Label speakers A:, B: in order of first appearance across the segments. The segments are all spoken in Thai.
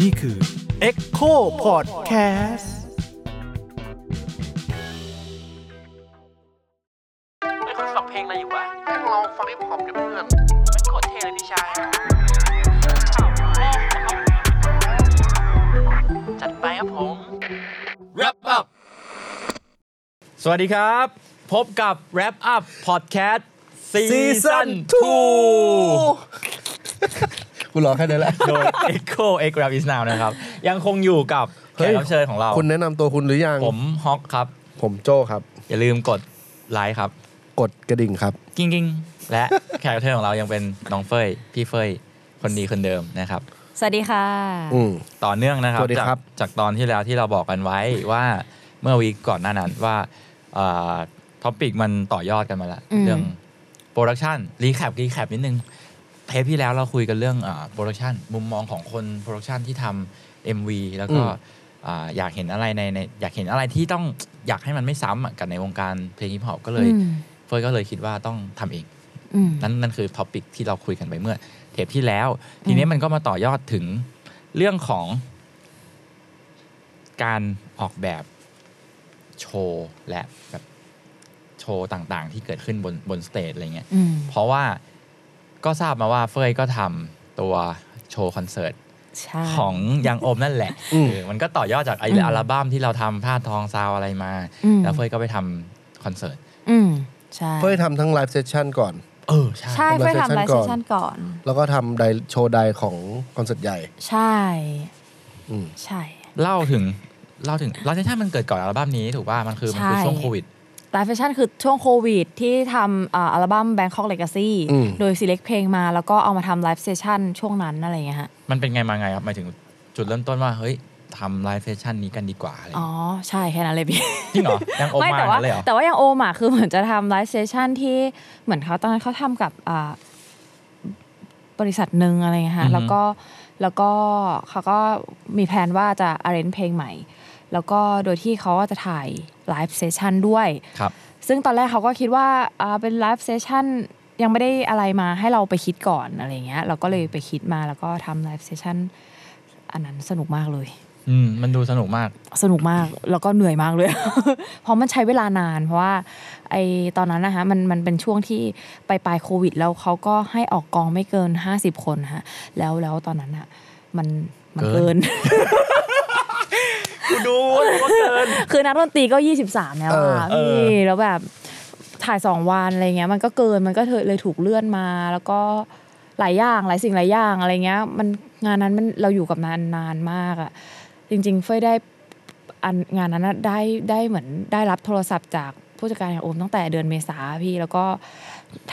A: นี่คือ Echo Podcast
B: ไม่คุณฟังเพลงอะไรอยู่วะ
C: แม่งลองฟังฮิปฮอปดิเพื่อน
B: ไม่โคตรเท่เลยพี่ชาย จัดไปครับผม
D: Wrap up สวัสดีครับ พบกับ Wrap up Podcast Season 2
C: กูรอแค่นี้แหละ
D: โดย Echo X Wrap is now นะครับ ยังคงอยู่กับแข
C: เฮ้ย
D: กรับเชิญของเรา
C: คุณแนะนำตัวคุณหรือยัง
D: ผมฮอกครับ
C: ผมโจครับ
D: อย่าลืมกดไลค์ครับ
C: กดกระดิ่งครับ
D: กิ้งกิ้งและ แขกรับเชิญของเรายังเป็นน้องเฟยพี่เฟยคนดีคนเดิมนะครับ
E: สวัสดีค่ะ
C: อืม
D: ต่อเนื่องนะครับ
C: สวัสดี
D: จาก
C: ครับ
D: จากตอนที่แล้วที่เราบอกกันไว้ว่าเมื่อวีคก่อนหน้านั้นว่าท็อปิกมันต่อยอดกันมาแล้ว
E: อืม
D: เรื่องโปรดักชันรีแคปรีแคปนิดนึง เทปที่แล้วเราคุยกันเรื่องโปรดักชันมุมมองของคนโปรดักชันที่ทำ MV แล้วก็อ่าอยากเห็นอะไรในในอยากเห็นอะไรที่ต้องอยากให้มันไม่ซ้ำอะกับในวงการเพลงฮิปฮอปก็เลย
E: อืม
D: เฟยก็เลยคิดว่าต้องทำเอง
E: อืม
D: นั่นนั่นคือท็อปิกที่เราคุยกันไปเมื่อ เทปที่แล้ว ทีนี้มันก็มาต่อยอดถึงเรื่องของ การออกแบบโชว์และแบบโชว์ต่างๆ ที่เกิดขึ้นบนบนสเตจอะไรเงี้ย
E: อืม
D: เพราะว่าก็ทราบมาว่าเฟยก็ทำตัวโชว์คอนเสิร์ต
E: ใช่
D: ของยังอมนั่นแหละ
C: อืม
D: เออมันก็ต่อยอดจากไอ
E: อืม
D: อัลบั้มที่เราทำผ้าทองซาวอะไรมา
E: อืม
D: แล้วเฟยก็ไปทำคอนเสิร์ต
E: อืมใช่
C: เพื่อทำทั้งไลฟ์เซสชั o นก่อน
D: เออใช่
E: ใช่เพื่อทำ
C: ทำ
E: ไล
C: live
E: ฟ์เซสชั
C: session
E: นก่อน
C: แล้วก็ทำไดโชว์ไดของคอนเสิร์ตใหญ่
E: ใช่
C: อืม
E: ใช่
D: เล่าถึงเล่าถึงเราจะถ้ามันเกิดก่อนอัลบั้มนี้ถูกป่ะมันคือมันคือ
E: ใช่
D: ช่วงโควิด
E: ไลฟ์เซสชันคือช่วงโควิด ที่ทำอ่าอัลบั้ม Bangkok Legacy
C: อืม
E: โดย select เพลงมาแล้วก็เอามาทำไลฟ์เซสชันช่วงนั้นอะไรอย่างเงี้ยฮะ
D: มันเป็นไงมาไงครับหมายถึงจุดเริ่มต้นว่า เฮ้ยทำไลฟ์เซสชันนี้กันดีกว่าอะไร
E: อ๋อ ใช่แค่นั้นเลยพี่
D: จริงเหรอ ยังโอ
E: ไม่
D: มา
E: แต่ว่า
D: เลยเหรอ
E: แต่ว่าอย่างโอมอ่ะคือเหมือนจะทำไลฟ์เซสชันที่เหมือนเขาตอนนั้นเขาทำกับอ่าบริษัทหนึ่งอะไรเงี้ย
D: อือ
E: ฮะ
D: ฮึ
E: แล้วก็แล้วก็เขาก็มีแผนว่าจะอาร์เ n นเพลงใหม่ แล้วก็โดยที่เขาจะถ่ายไลฟ์เซสชันด้วย
D: ครับ
E: ซึ่งตอนแรกเขาก็คิดว่าอ่าเป็นไลฟ์เซสชันยังไม่ได้อะไรมาให้เราไปคิดก่อนอะไรเงี้ยเราก็เลยไปคิดมาแล้วก็ทำไลฟ์เซสชันอันนั้นสนุกมากเลย
D: อืมมันดูสนุกมาก
E: สนุกมากแล้วก็เหนื่อยมากเลย เพราะมันใช้เวลานาน เพราะว่าไอตอนนั้นนะคะมันมันเป็นช่วงที่ปลายปลายโควิด แล้วเขาก็ให้ออกกองไม่เกิน 50 คนนะฮะแล้วแล้วตอนนั้นอะมันมัน
D: เกิ
E: เกิ
D: น
E: น
D: กูดูว่าเกิน
E: คือนักดนตรีก็ 23 แล้วอะ
D: เออเอ
E: พี่
D: อ
E: แล้วแบบถ่าย 2 วันอะไรเงี้ยมันก็เกินมันก็เลยถูกเลื่อนมา แล้วก็หลายอย่างหลายสิ่งหลายอย่างอะไรเงี้ย มันงานนั้นมันเราอยู่กับนานนานมากอะจริง ๆ เฟยได้อันงานนั้นอะได้ได้เหมือนได้รับโทรศัพท์จากผู้จัดการอย่างโอมตั้งแต่เดือนเมษาพี่แล้วก็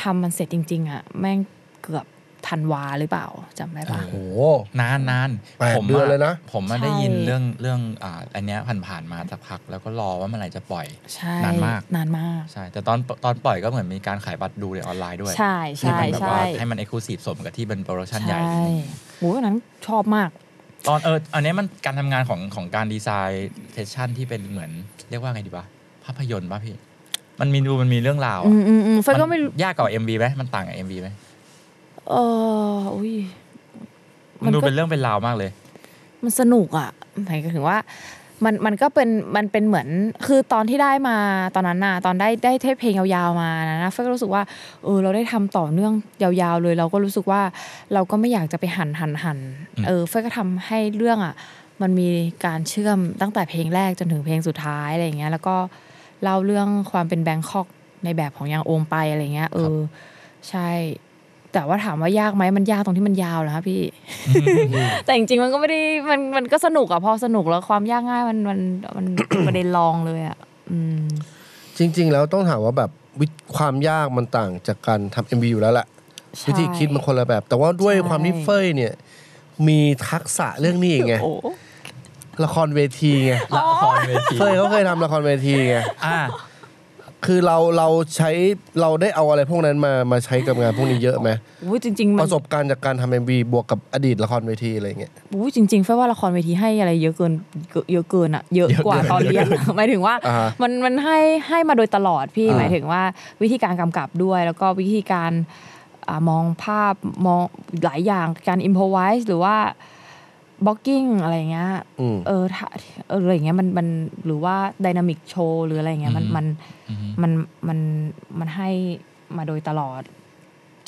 E: ทำมันเสร็จจริง ๆอะแม่งเกือบธันวาหรือเปล่าจำได้ปะ
C: โอ้
D: นานนาน
C: แปดเดือนเลยนะ
D: ผมมา
E: ใช่
D: ได้ยินเรื่องเรื่องอ่าอันเนี้ยผ่านๆมาสักพัก แล้วก็รอว่าเมื่อไหร่จะปล่อย
E: ใช่
D: นานมาก
E: นานมาก
D: ใช่ แต่ตอนตอนปล่อยก็เหมือนมีการขายบัตรดูในออนไลน์ด้วย
E: ใช่
D: ที่
E: ใช่
D: มันแบบ
E: ใช่
D: ว่าให้มันเอกลูซีฟสมกับที่เป็นโปรดักชันใหญ่
E: โอ้ยวันนั้นชอบมาก
D: ตอนเอออันนี้มันการทำงานของของการดีไซน์เซสชั่นที่เป็นเหมือน เรียกว่าไงดีวะภาพยนตร์ป่ะพี่ มันมีดูมันมีเรื่องราว
E: อื
D: อะ
E: มอืมอืมเฟยก็ไม่
D: นยากกว่า MV ไหมมันต่างกับ MV ไหม
E: เอออุ้ย มั
D: มัน
E: น
D: ดู
E: ก็
D: เป็นเรื่องเป็นราวมากเลย
E: มันสนุกอ่ะหมายถึงว่า มันมันก็เป็นมันเป็นเหมือนคือตอนที่ได้มาตอนนั้นน่ะตอนได้ได้เทปเพลงยาวๆมานะเฟยก็รู้สึกว่าเออเราได้ทำต่อเนื่องยาวๆเลย เราก็รู้สึกว่าเราก็ไม่อยากจะไปหันหันหัน
D: อืม
E: เออเฟยก็ทำให้เรื่องอ่ะมันมีการเชื่อมตั้งแต่เพลงแรกจนถึงเพลงสุดท้ายอะไรอย่างเงี้ยแล้วก็เล่าเรื่องความเป็นแบงคอกในแบบของยางโอมไปอะไรเงี้ยเออใช่ แต่ว่าถามว่ายากไหมมันยากตรงที่มันยาวนะครับพี่ แต่จริงๆ มันก็ไม่ได้มันมันก็สนุกอะพอสนุกแล้วความยากง่ายมันมันมัน ประเด็นรองเลยอะอืม
C: จริง ๆ แล้วต้องถามว่าแบบวิความยากมันต่างจากการทำ MV อยู่แล้วแหละ
E: ใช่
C: วิธีคิดมันคนละแบบ แต่ว่าด้วย
E: ใช่
C: ความที่เฟยเนี่ย มีทักษะเรื่องนี้อีกไง
E: โอ้
C: ละครเวทีไง
D: ละครเวที
C: เฟยเขาเคยทำละครเวทีไง
D: อ่า
C: คือเราเราใช้เราได้เอาอะไรพวกนั้นมามาใช้กับงานพวกนี้เยอะไหม
E: โหจริง
C: ป
E: ๆมัน
C: ระสบการณ์จากการทำเอ็มวีบวกกับอดีตละครเวทีอะไรเงี้ย
E: โอ้จริงๆแฟว่าละครเวทีให้อะไรเยอะเกินเยอะเยอะเกินอะเยอะกว่า
D: เยอะเกิน
E: ตอนเรียน หมายถึงว่า
C: อ่าฮะ
E: มันมันให้ให้มาโดยตลอดพี่
C: อ่า
E: หมายถึงว่าวิธีการกำกับด้วย แล้วก็วิธีการ อามองภาพมองหลายอย่างการอิมพอไวส์หรือว่าบล็อกกิ้งอะไรเงี้ย
C: อืม
E: เออถ้าเอออะไรอย่างเงี้ยมันมันหรือว่าดินามิกโชว์หรืออะไรอย่างเงี้ยมัน
D: อืม
E: มัน
D: อือฮึ
E: มันมันมันให้มาโดยตลอด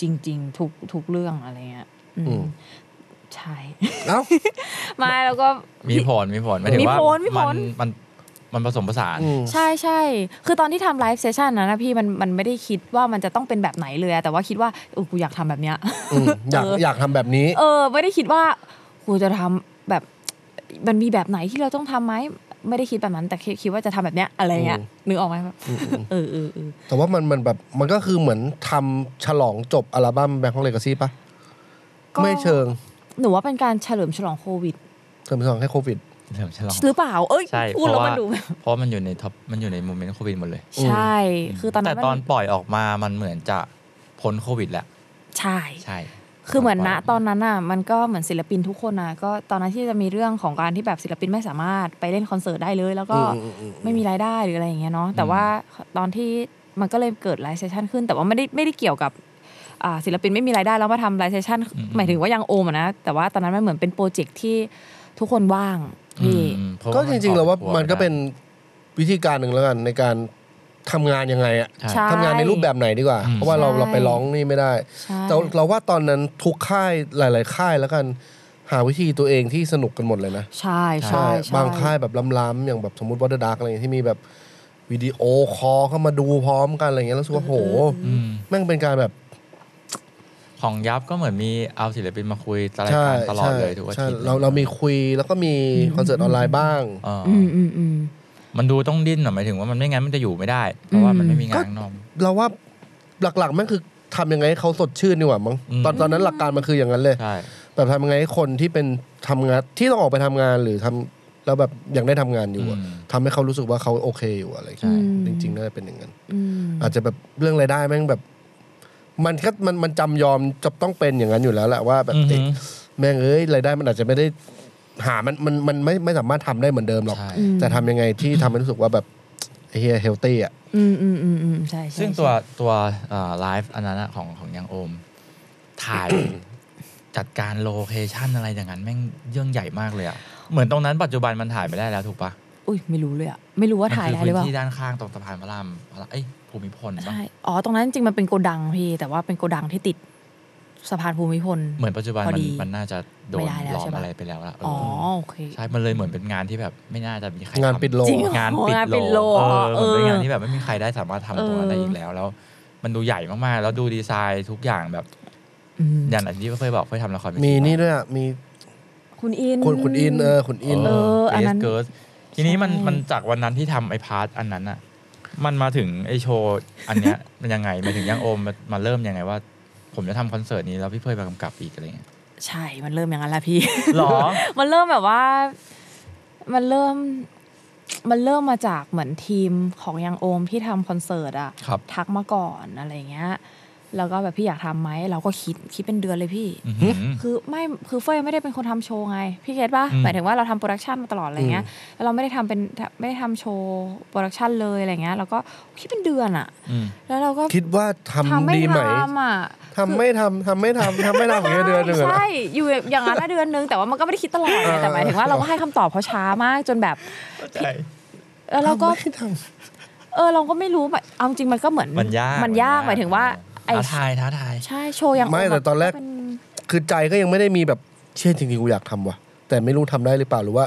E: จริง ๆ ทุกทุกเรื่องอะไรเงี้ยอืม
C: อืม
E: ใช่
C: เอ้า
E: ไม่แล้วก็
D: มีผลมีผลหมายถึงว่า
E: ผลมีผล
D: นมันมันผสมผสาน
C: อืม
E: ใช่ใช่ คือตอนที่ทำไลฟ์เซสชันนั้นนะพี่มันมันไม่ได้คิดว่ามันจะต้องเป็นแบบไหนเลยอะแต่ว่าคิดว่าเออกูอยากทำแบบเนี้ย
C: อืมอยาก
E: เอออ
C: อยากทำแบบนี้
E: เออ ไม่ได้คิดว่ากูจะทำแบบมันมีแบบไหนที่เราต้องทำไหมไม่ได้คิดแบบนั้น แต่คิดคิดว่าจะทำแบบเนี้ยอะไรเงี้ย
C: อืม
E: นึกออกไหมแบบเออเออเออ
C: แต่ว่ามันมันแบบมันก็คือเหมือนทำฉลองจบอัลบั้มแบงค์ของเลกาซี่ปะ
E: ก็
C: ไม่เชิง
E: หนูว่าเป็นการเฉลิมฉลองโควิด
C: เสริมสองให้โควิด
D: เฉลิมฉลอง
E: หรือเปล่า เอ้ย
D: ใช่
E: พูด
D: เพ
E: แล้ว
D: ราะ
E: มัน
D: ว่า
E: ดู
D: เพราะมันอยู่ในท็อปมันอยู่ในโมเมนต์โควิดหมดเลย
E: ใช่ คือตอนนั้
D: แต่
E: น
D: ตอ
E: มัน น
D: ปล่อยออกมามันเหมือนจะพ้นโควิดแล้ว
E: ใช่
D: ใช่
E: คือเหมือน
D: ป
E: ณ
D: ล่อย
E: ตอนนั้นอ่ะมันก็เหมือนศิลปินทุกคนนะก็ตอนนั้นที่จะมีเรื่องของการที่แบบศิลปินไม่สามารถไปเล่นคอนเสิร์ตได้เลย แล้วก็
C: อืมอืมอืม
E: ไม่มีรายได้หรืออะไรอย่างเงี้ยเนาะแต่ว่าตอนที่มันก็เลยเกิดไลฟ์เซสชันขึ้น แต่ว่าไม่ได้ไม่ได้เกี่ยวกับอ่าศิลปินไม่มีรายได้แล้วมาทำไลฟ์เซสชันหมายถึงว่ายังโอมอะนะแต่ว่าตอนนั้นมันเหมือนเป็นโปรเจกต์ที่ทุกคนว่าง
D: อื
E: พี่
D: มอืมเพาะ
C: ก็
D: น
C: จริง ๆ แล้วว่า
D: ออ
C: มันก็เป็นวิธีการหนึ่งแล้วกันในการทำงานยังไงอะ
D: ใช่
E: ใช่
C: ทำงานในรูปแบบไหนดีกว่า
D: อืม
C: เพราะว่าเรา
E: ใช่
C: เราไปร้องนี่ไม่ได้
E: ใช่
C: แต่เราว่าตอนนั้นทุกค่ายหลาย ๆ ค่ายแล้วกัน หาวิธีตัวเองที่สนุกกันหมดเลยนะ
E: ใช่ใช่ใช่
C: บางค่ายแบบล้ำๆอย่างแบบสมมติวอเตอร์ดักอะไรอย่างเงี้ยที่มีแบบวิดีโอคอลเข้ามาดูพร้อมกันอะไรอย่างเงี้ยแล้วรู้สึกว่าโห
D: อืม
C: แม่งเป็นการแบบ
D: ของยับก็เหมือนมีเอาศิลปินมาคุยตลอด
C: ใช่
D: ตลอด
C: ใช่
D: เลยทุกอา
C: ใช่
D: ทิตย์
C: เราเรามีคุยแล้วก็มีคอนเสิร์ตออนไลน์บ้าง
D: เอออ
E: อืมอืมอืม
D: มันดูต้องดิ้นหน่อยหมายถึงว่ามันไม่งั้นมันจะอยู่ไม่ได้ เพราะว่ามันไม่มีงาน
C: ก็
D: ข้างนอก
C: เราว่าหลักๆแม่งคือทำยังไงให้เขาสดชื่นดีกว่ามั้ง
D: อืม
C: ตอนตอนนั้นหลักการมันคืออย่างนั้นเลย
D: ใช่
C: แบบทำยังไงให้คนที่เป็นทำงานที่ต้องออกไปทำงานหรือทำแล้วแบบยังได้ทำงานอยู่อะ
D: อืม
C: ทำให้เขารู้สึกว่าเขาโอเคอยู่อะไรอย่าง
E: อื
C: เงี้ย
E: ม
C: จริงๆน่าจะเป็นอย่างนั้น
E: อืม
C: อาจจะแบบเรื่องรายได้แม่งแบบ มันก็มันมันจำยอมจะต้องเป็นอย่างนั้นอยู่แล้วแหละว่าแบบ
D: อือฮึ
C: เอ๊ะแม่งเอ้ยรายได้มันอาจจะไม่ได้หามันมันมันไม่ไม่สามารถทำได้เหมือนเดิมหรอก
D: ใช่
E: ม
C: แต่ทำยังไงที่ทำให้รู้สึกว่าแบบไอ้เฮียเฮลตี้อ่ะ
E: อืมอืมอืมอืมใช่ใช่
D: ซึ่งตัวตัวไลฟ์อันนั้นอะของของยังโอม ถ่าย จัดการโลเคชันอะไรอย่างนั้นแม่งเรื่องใหญ่มากเลยอะเหมือนตรงนั้นปัจจุบันมันถ่ายไม่ได้แล้วถูกปะ
E: อุ้ยไม่รู้เลยอะไม่รู้ว่าถ่ายได้
D: มัน
E: ห
D: คื
E: รือเป
D: พื้
E: ล่าน
D: ที่ด้านข้างตรงสะพานพระรามพระรามเอ้ยภูมิพลปะ
E: ใช่อ๋อตรงนั้นจริงมันเป็นโกดังพี่ แต่ว่าเป็นโกดังที่ติดสะพานภูมิพล
D: เหมือนปัจจุบัน
E: พอ
D: มัน
E: ดี
D: มันน่าจะโดน
E: ไม่ได้แล้ว
D: ล้อม
E: ใช่ปะ
D: อะไรไปแล้วละเออ
E: อ๋อ
D: อ
E: โอเค
D: ใช่ มันเลยเหมือนเป็นงานที่แบบไม่น่าจะมีใครง
C: าน
D: ทำ
C: ปิดโล
E: จริงเหรอง
D: าน
E: งานปิ
D: ปิด
E: ดโล
D: โลเออเห
E: เอ
D: มือนเป็
E: อ
D: นงานที่แบบไม่มีใครได้สามารถทำตรงนั้นได้
E: เอออี
D: อีกแล้ว แล้ว มันดูใหญ่มากๆ แล้วดูดีไซน์ทุกอย่างแบบ
E: อืม
D: อย่างอันที่เคยบอกเคยทำละครเวที
C: มีนี่
D: ปะ
C: ด้วยอะมี
E: คุณอิน
C: คุณคุณอินเออคุณอิน
E: เอออันนั้น
D: เกิร์สทีนี้มัน
E: ใช่
D: มันจากวันนั้นที่ทำไอพาร์ทอันนั้นอะมันมาถึงไอโชว์อันเนี้ย มันยังไงมาถึงยังโอมมามาเริ่มยังไงว่า ผมจะทำคอนเสิร์ตนี้แล้วพี่เพื่อนมากำกับอีกอะไรเงี้ย
E: ใช่มันเริ่มอย่างนั้นแหละพี่
D: หรอ
E: มันเริ่มแบบว่า มันเริ่ม มันเริ่มมาจากเหมือนทีมของยังโอมที่ทำคอนเสิร์ตอะ
D: ครับ
E: ทักมาก่อนอะไรเงี้ย แล้วก็แบบพี่อยากทำไหมเราก็คิดคิดเป็นเดือนเลยพี่
D: อื้อหือ
E: คือไม่คือเฟยไม่ได้เป็นคนทำโชว์ไง พี่เกดป่ะ
D: อืม
E: หมายถึงว่าเราทำโปรดักชันมาตลอดอะไรเงี้ยแล้วเราไม่ได้ทำเป็นไม่ได้ทำโชว์โปรดักชันเลยอะไรเงี้ยเราก็คิดเป็นเดือนอะ
D: อืม
E: แล้วเราก็
C: คิดว่าทำ
E: ทำไม่
C: ดีไหม
E: ทำอะ
C: ทำไม่ทำทำไม่ทำทำไม่ทำอย่างเงี้ยเดือนหนึ่งอะ
E: ใช่อยู่อย่างนั้นนะเดือนนึงแต่ว่ามันก็ไม่ได้คิดตลอดไงแต่หมายถึงว่าเราก็ให้คำตอบเขาช้ามากจนแบบแล้วเราก็เออเราก็ไม่รู้แบบเอาจริงมันก็เหมือน
D: มันยาก
E: มันยากหมายถึงว่าไอ้
D: ท้าทายท้าทาย
E: ใช่โชว์ยัง
C: ไม่แต่ตอนแรก
E: เป็น
C: คือใจก็ยังไม่ได้มีแบบเชื่อจริงๆกูอยากทำว่ะ แต่ไม่รู้ทำได้หรือเปล่าหรือว่า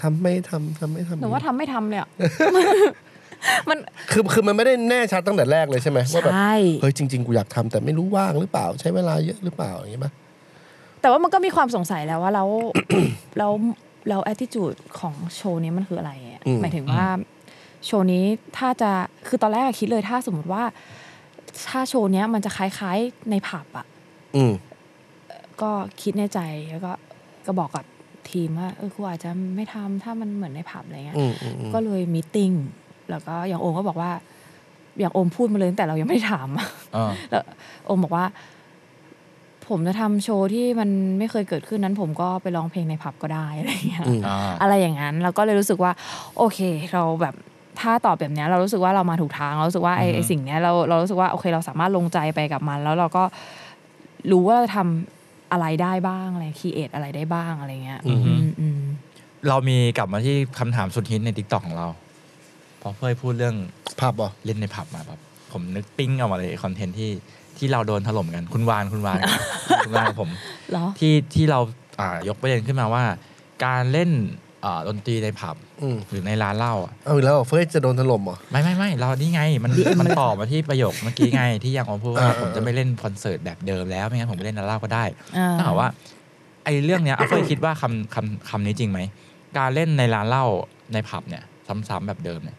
C: ทำไม่ทำทำไม่ทำ
E: หนูว่าทำไม่ทำเลยอ่ะ มัน
C: คือคือมันไม่ได้แน่ชัดตั้งแต่แรกเลยใช่ไหมว่าแบบ
E: ใช่
C: เฮ้ยจริงๆกูอยากทำแต่ไม่รู้ว่างหรือเปล่า ใช้เวลาเยอะหรือเปล่าอย่างเงี้ยปะ
E: แต่ว่ามันก็มีความสงสัยแล้วว่าแล้ว แล้วแล้ว attitude ของโชว์นี้มันคืออะไรอะ
C: อืม
E: หมายถึงว่า โชว์นี้ถ้าจะคือตอนแรกอะคิดเลยถ้าสมมติว่า ถ้าโชว์เนี้ยมันจะคล้ายๆในผับอ่ะ
C: อืม
E: ก็คิดในใจแล้วก็ก็บอกกับทีมว่าเออกูอาจจะไม่ทำถ้ามันเหมือนในผับอะไรเงี้ย
C: อืมอืมอืม
E: ก็เลยมีตติ้งแล้วก็อย่างโอมก็บอกว่าอย่างโอมพูดมาเลยตั้งแต่เรายังไม่ได้ถาม
D: เออ
E: แล้วโอมบอกว่า ผมจะทำโชว์ที่มันไม่เคยเกิดขึ้นนั้น ผมก็ไปร้องเพลงในผับก็ได้อะไรอย่างเงี้ย
C: อืม
D: อ่า
E: อะไรอย่างนั้น แล้วก็เลยรู้สึกว่า โอเค เราแบบ ถ้าตอบแบบเนี้ยเรารู้สึกว่าเรามาถูกทางเรารู้สึกว่าไอ้ไอ้สิ่งเนี้ยเราเรารู้สึกว่าโอเคเราสามารถลงใจไปกับมัน แล้วเราก็รู้ว่าเราทำอะไรได้บ้างอะไรคีเอทอะไรได้บ้างอะไรเงี้ย
D: อือฮึ
E: มอืม
D: เรามีกลับมาที่คำถามสุดฮิตในทิกตอกของเรา พอเพื่อพูดเรื่อง
C: ผับเหรอ
D: เล่นในผับมาแบบผมนึกปิ้งออกมาเลยคอนเทนต์ที่ที่เราโดนถล่มกันคุณวานคุณวาน คุณวานกับผม
E: เหรอ
D: ที่ที่เราอ่ายกประเด็นขึ้นมาว่า การเล่นอ่าดนตรีในผับ
C: อืม
D: หรือในร้านเหล้าอะ
C: เอาอีกแล้วเหรอเฟ้ยจะโดนถล่มเหรอ
D: ไม่ไม่ไม่เรานี่ไง มันมันต่อมาที่ประโยคเมื่อกี้ไง ที่ยังอมพูดว่า
C: อ่า
D: ผมจะไม่เล่นคอนเสิร์ตแบบเดิมแล้วไม่งั้นผมไปเล่นร้านเหล้าก็ได้
E: อ่
D: ถ้าถามว่าไอ้เรื่องเนี้ย เอาเคยคิดว่าคำคำคำนี้จริงไหม การเล่นในร้านเหล้าในผับเนี่ยซ้ำๆแบบเดิมเนี่ย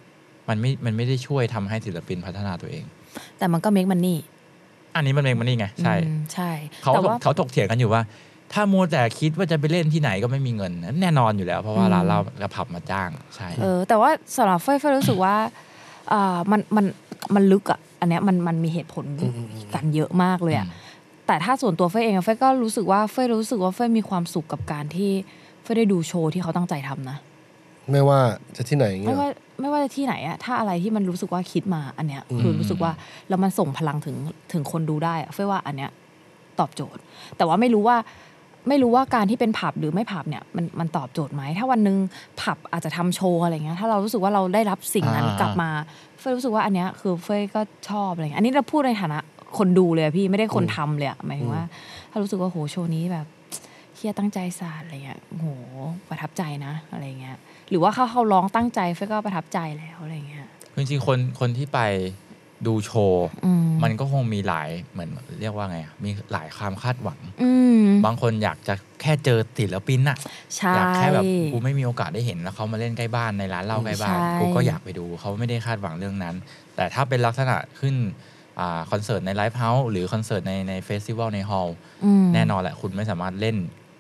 D: มันไม่มันไม่ได้ช่วยทำให้ศิลปินพัฒนาตัวเอง
E: แต่มันก็เม k มันนี่
D: อันนี้มันเองมันนี่ไง ใช่
E: ใช่
D: เขา
E: แต่
D: ถก
E: ว่า
D: เขาถกเถียงกันอยู่ว่า ถ้ามัวแต่คิดว่าจะไปเล่นที่ไหนก็ไม่มีเงิน แน่นอนอยู่แล้ว เพราะว่า
E: อืม
D: ร้านเหล้ากับผับมาจ้างใช่
E: เออแต่ว่าสำหรับเฟยเฟยรู้สึกว่าอ่ามันมันมันลึกอ่ะ อันเนี้ยมันมันมีเหตุผลกันเยอะมากเลยอ่ะ แต่ถ้าส่วนตัวเฟยเองอะเฟยก็รู้สึกว่าเฟยรู้สึกว่าเฟยมีความสุขกับการที่เฟยได้ดูโชว์ที่เขาตั้งใจทำนะ
C: ไม่ว่าจะที่ไหนอย่าง
E: ไม่
C: เงี้ย
E: ว่าไม่ว่าจะที่ไหนอะถ้าอะไรที่มันรู้สึกว่าคิดมาอันเนี้ยคือรู้สึกว่าแล้วมันส่งพลังถึงถึงคนดูได้อะเฟยว่าอันเนี้ยตอบโจทย์ แต่ว่าไม่รู้ว่าไม่รู้ว่าการที่เป็นผับหรือไม่ผับเนี่ยมันมันตอบโจทย์ไหมถ้าวันหนึงผับอาจจะทำโชว์อะไรเงี้ยถ้าเรารู้สึกว่าเราได้รับสิ่งนั้น
D: อ่า
E: กลับมาเฟยรู้สึกว่าอันเนี้ยคือเฟยก็ชอบอะไรเงี้ยอันนี้เราพูดในฐานะคนดูเลยอะพี่ไม่ได้คนทำเลยอะหมายถึงว่า ถ้ารู้สึกว่าโหโชว์นี้แบบเฮียตั้งใจศาสตร์อะไรเงี้ยโหประทับใจนะอะไรเงี้ย หรือว่าเขาเขาร้องตั้งใจเฟยก็ประทับใจแล้วอะไรเงี้ย
D: จริงๆคนคนที่ไปดูโชว์
E: อืม
D: มันก็คงมีหลายเหมือนเรียกว่าไงอะมีหลายความคาดหวัง
E: อืม
D: บางคนอยากจะแค่เจอศิลปินน่ะ
E: ใช่
D: อยากแค่แบบกูไม่มีโอกาสได้เห็นแล้วเขามาเล่นใกล้บ้านในร้านเหล้าใกล้บ้าน
E: ใช่
D: กูก็อยากไปดูเขาไม่ได้คาดหวังเรื่องนั้น แต่ถ้าเป็นลักษณะขึ้นอาคอนเสิร์ตในไลฟ์เฮาส์หรือคอนเสิร์ตในในเฟสติวัลในฮอลล์
E: อืม
D: แน่นอนแหละ คุณไม่สามารถเล่น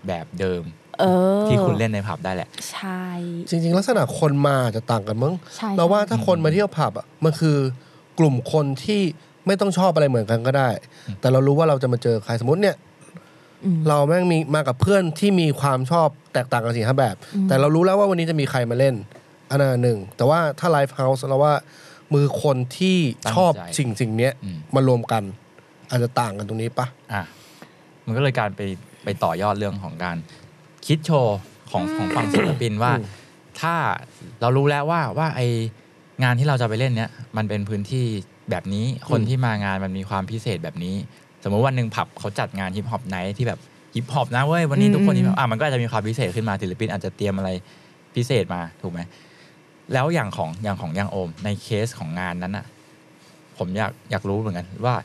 D: แบบเดิม
E: เออ
D: ที่คุณเล่นในผับได้แหละ
E: ใช่
C: จริง ๆ ลักษณะคนมาอาจจะต่างกันมั้ง
E: ใช่
C: เราว่าถ้าคนมาเที่ยวผับอ่ะมันคือกลุ่มคนที่ไม่ต้องชอบอะไรเหมือนกันก็ได้ แต่เรารู้ว่าเราจะมาเจอใครสมมติเนี่ย
E: อืม
C: เราแม่งมีมากับเพื่อนที่มีความชอบแตกต่างกันสี่ห้าแบบ แต่เรารู้แล้วว่าวันนี้จะมีใครมาเล่นอันนั้นหนึ่ง แต่ว่าถ้าไลฟ์เฮาส์เราว่ามือคนที่ชอบ
D: ตั้งใจ
C: สิ่งสิ่งเนี้ย
D: อืม
C: มารวมกัน อาจจะต่างกันตรงนี้ปะ
D: อ่ะมันก็เลยการไปไปต่อยอดเรื่องของการคิดโชว์ของของฝั่งศิลปินว่า ถ้าเรารู้แล้วว่าว่าไองานที่เราจะไปเล่นเนี้ยมันเป็นพื้นที่แบบนี้คนที่มางานมันมีความพิเศษแบบนี้ สมมติวันหนึ่งผับเขาจัดงานฮิปฮอปไนท์ที่แบบฮิปฮอปนะเว้ยวันนี้ทุกคน
E: อืม
D: ที่แบบอ่ะมันก็อาจจะมีความพิเศษขึ้นมาศิลปินอาจจะเตรียมอะไรพิเศษมาถูกไหมแล้วอย่างของอย่างของยังโอมในเคสของงานนั้นอ่ะ ผมอยากอยากรู้เหมือนกันว่า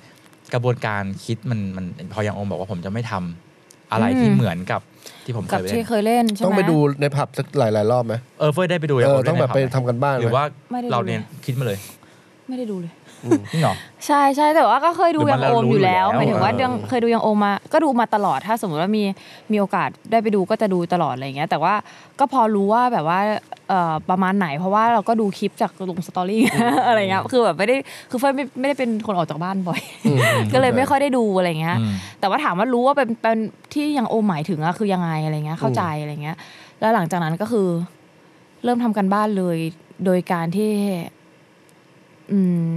D: กระบวนการคิดมันมันพอยังโอมบอกว่าผมจะไม่ทำอะไรที่
E: อืม
D: เหมือนกับที่ผมเค
E: กับ
D: ยไป
E: ที่
D: เล่น
E: เคยเล่นใช่ไหม
C: ต้องไปดูในผับสักหลาย ๆ รอบไหม
D: เออเฟยได้ไปดูยั
C: เอง
D: โอ
C: อ
D: ม
C: ต้องแบบไป
D: เล่นในผั
C: ทำกันบ้าน
D: หรือว่า
E: ไม่ได้ดู
D: เราเรียนคิดมาเลย
E: ไม่ได้ดูเลย
D: นี่เหรอ
E: ใช่ใช่แต่ว่าก็เคยดู
D: หรือมั
E: ยั
D: น
E: งโอม
D: เรารู้
E: อยู่แล้ว
D: อยู่แล้ว
E: หมายถึงว่า
D: เออ
E: ยังเคยดูยังโอมมา ก็ดูมาตลอดถ้าสมมติว่ามีมีโอกาสได้ไปดูก็จะดูตลอดอะไรอย่างเงี้ยแต่ว่าก็พอรู้ว่าแบบว่าเอ่อประมาณไหน เพราะว่าเราก็ดูคลิปจากลงสตอรี่ อะไรเงี้ยคือแบบไม่ได้คือเฟิร์นไม่ไม่ได้เป็นคนออกจากบ้านบ่อย
C: อืม
E: ก็เลยไม่ค่อยได้ดูอะไรเงี้ย
D: อืม
E: แต่ว่าถามว่ารู้ว่าเป็นเป็นที่ยังโอมหมายถึงอะคือยังไงอะไรเงี้ยเข้าใจอะไรเงี้ย แล้วหลังจากนั้นก็คือ เริ่มทำกันบ้านเลย โดยการที่ อืม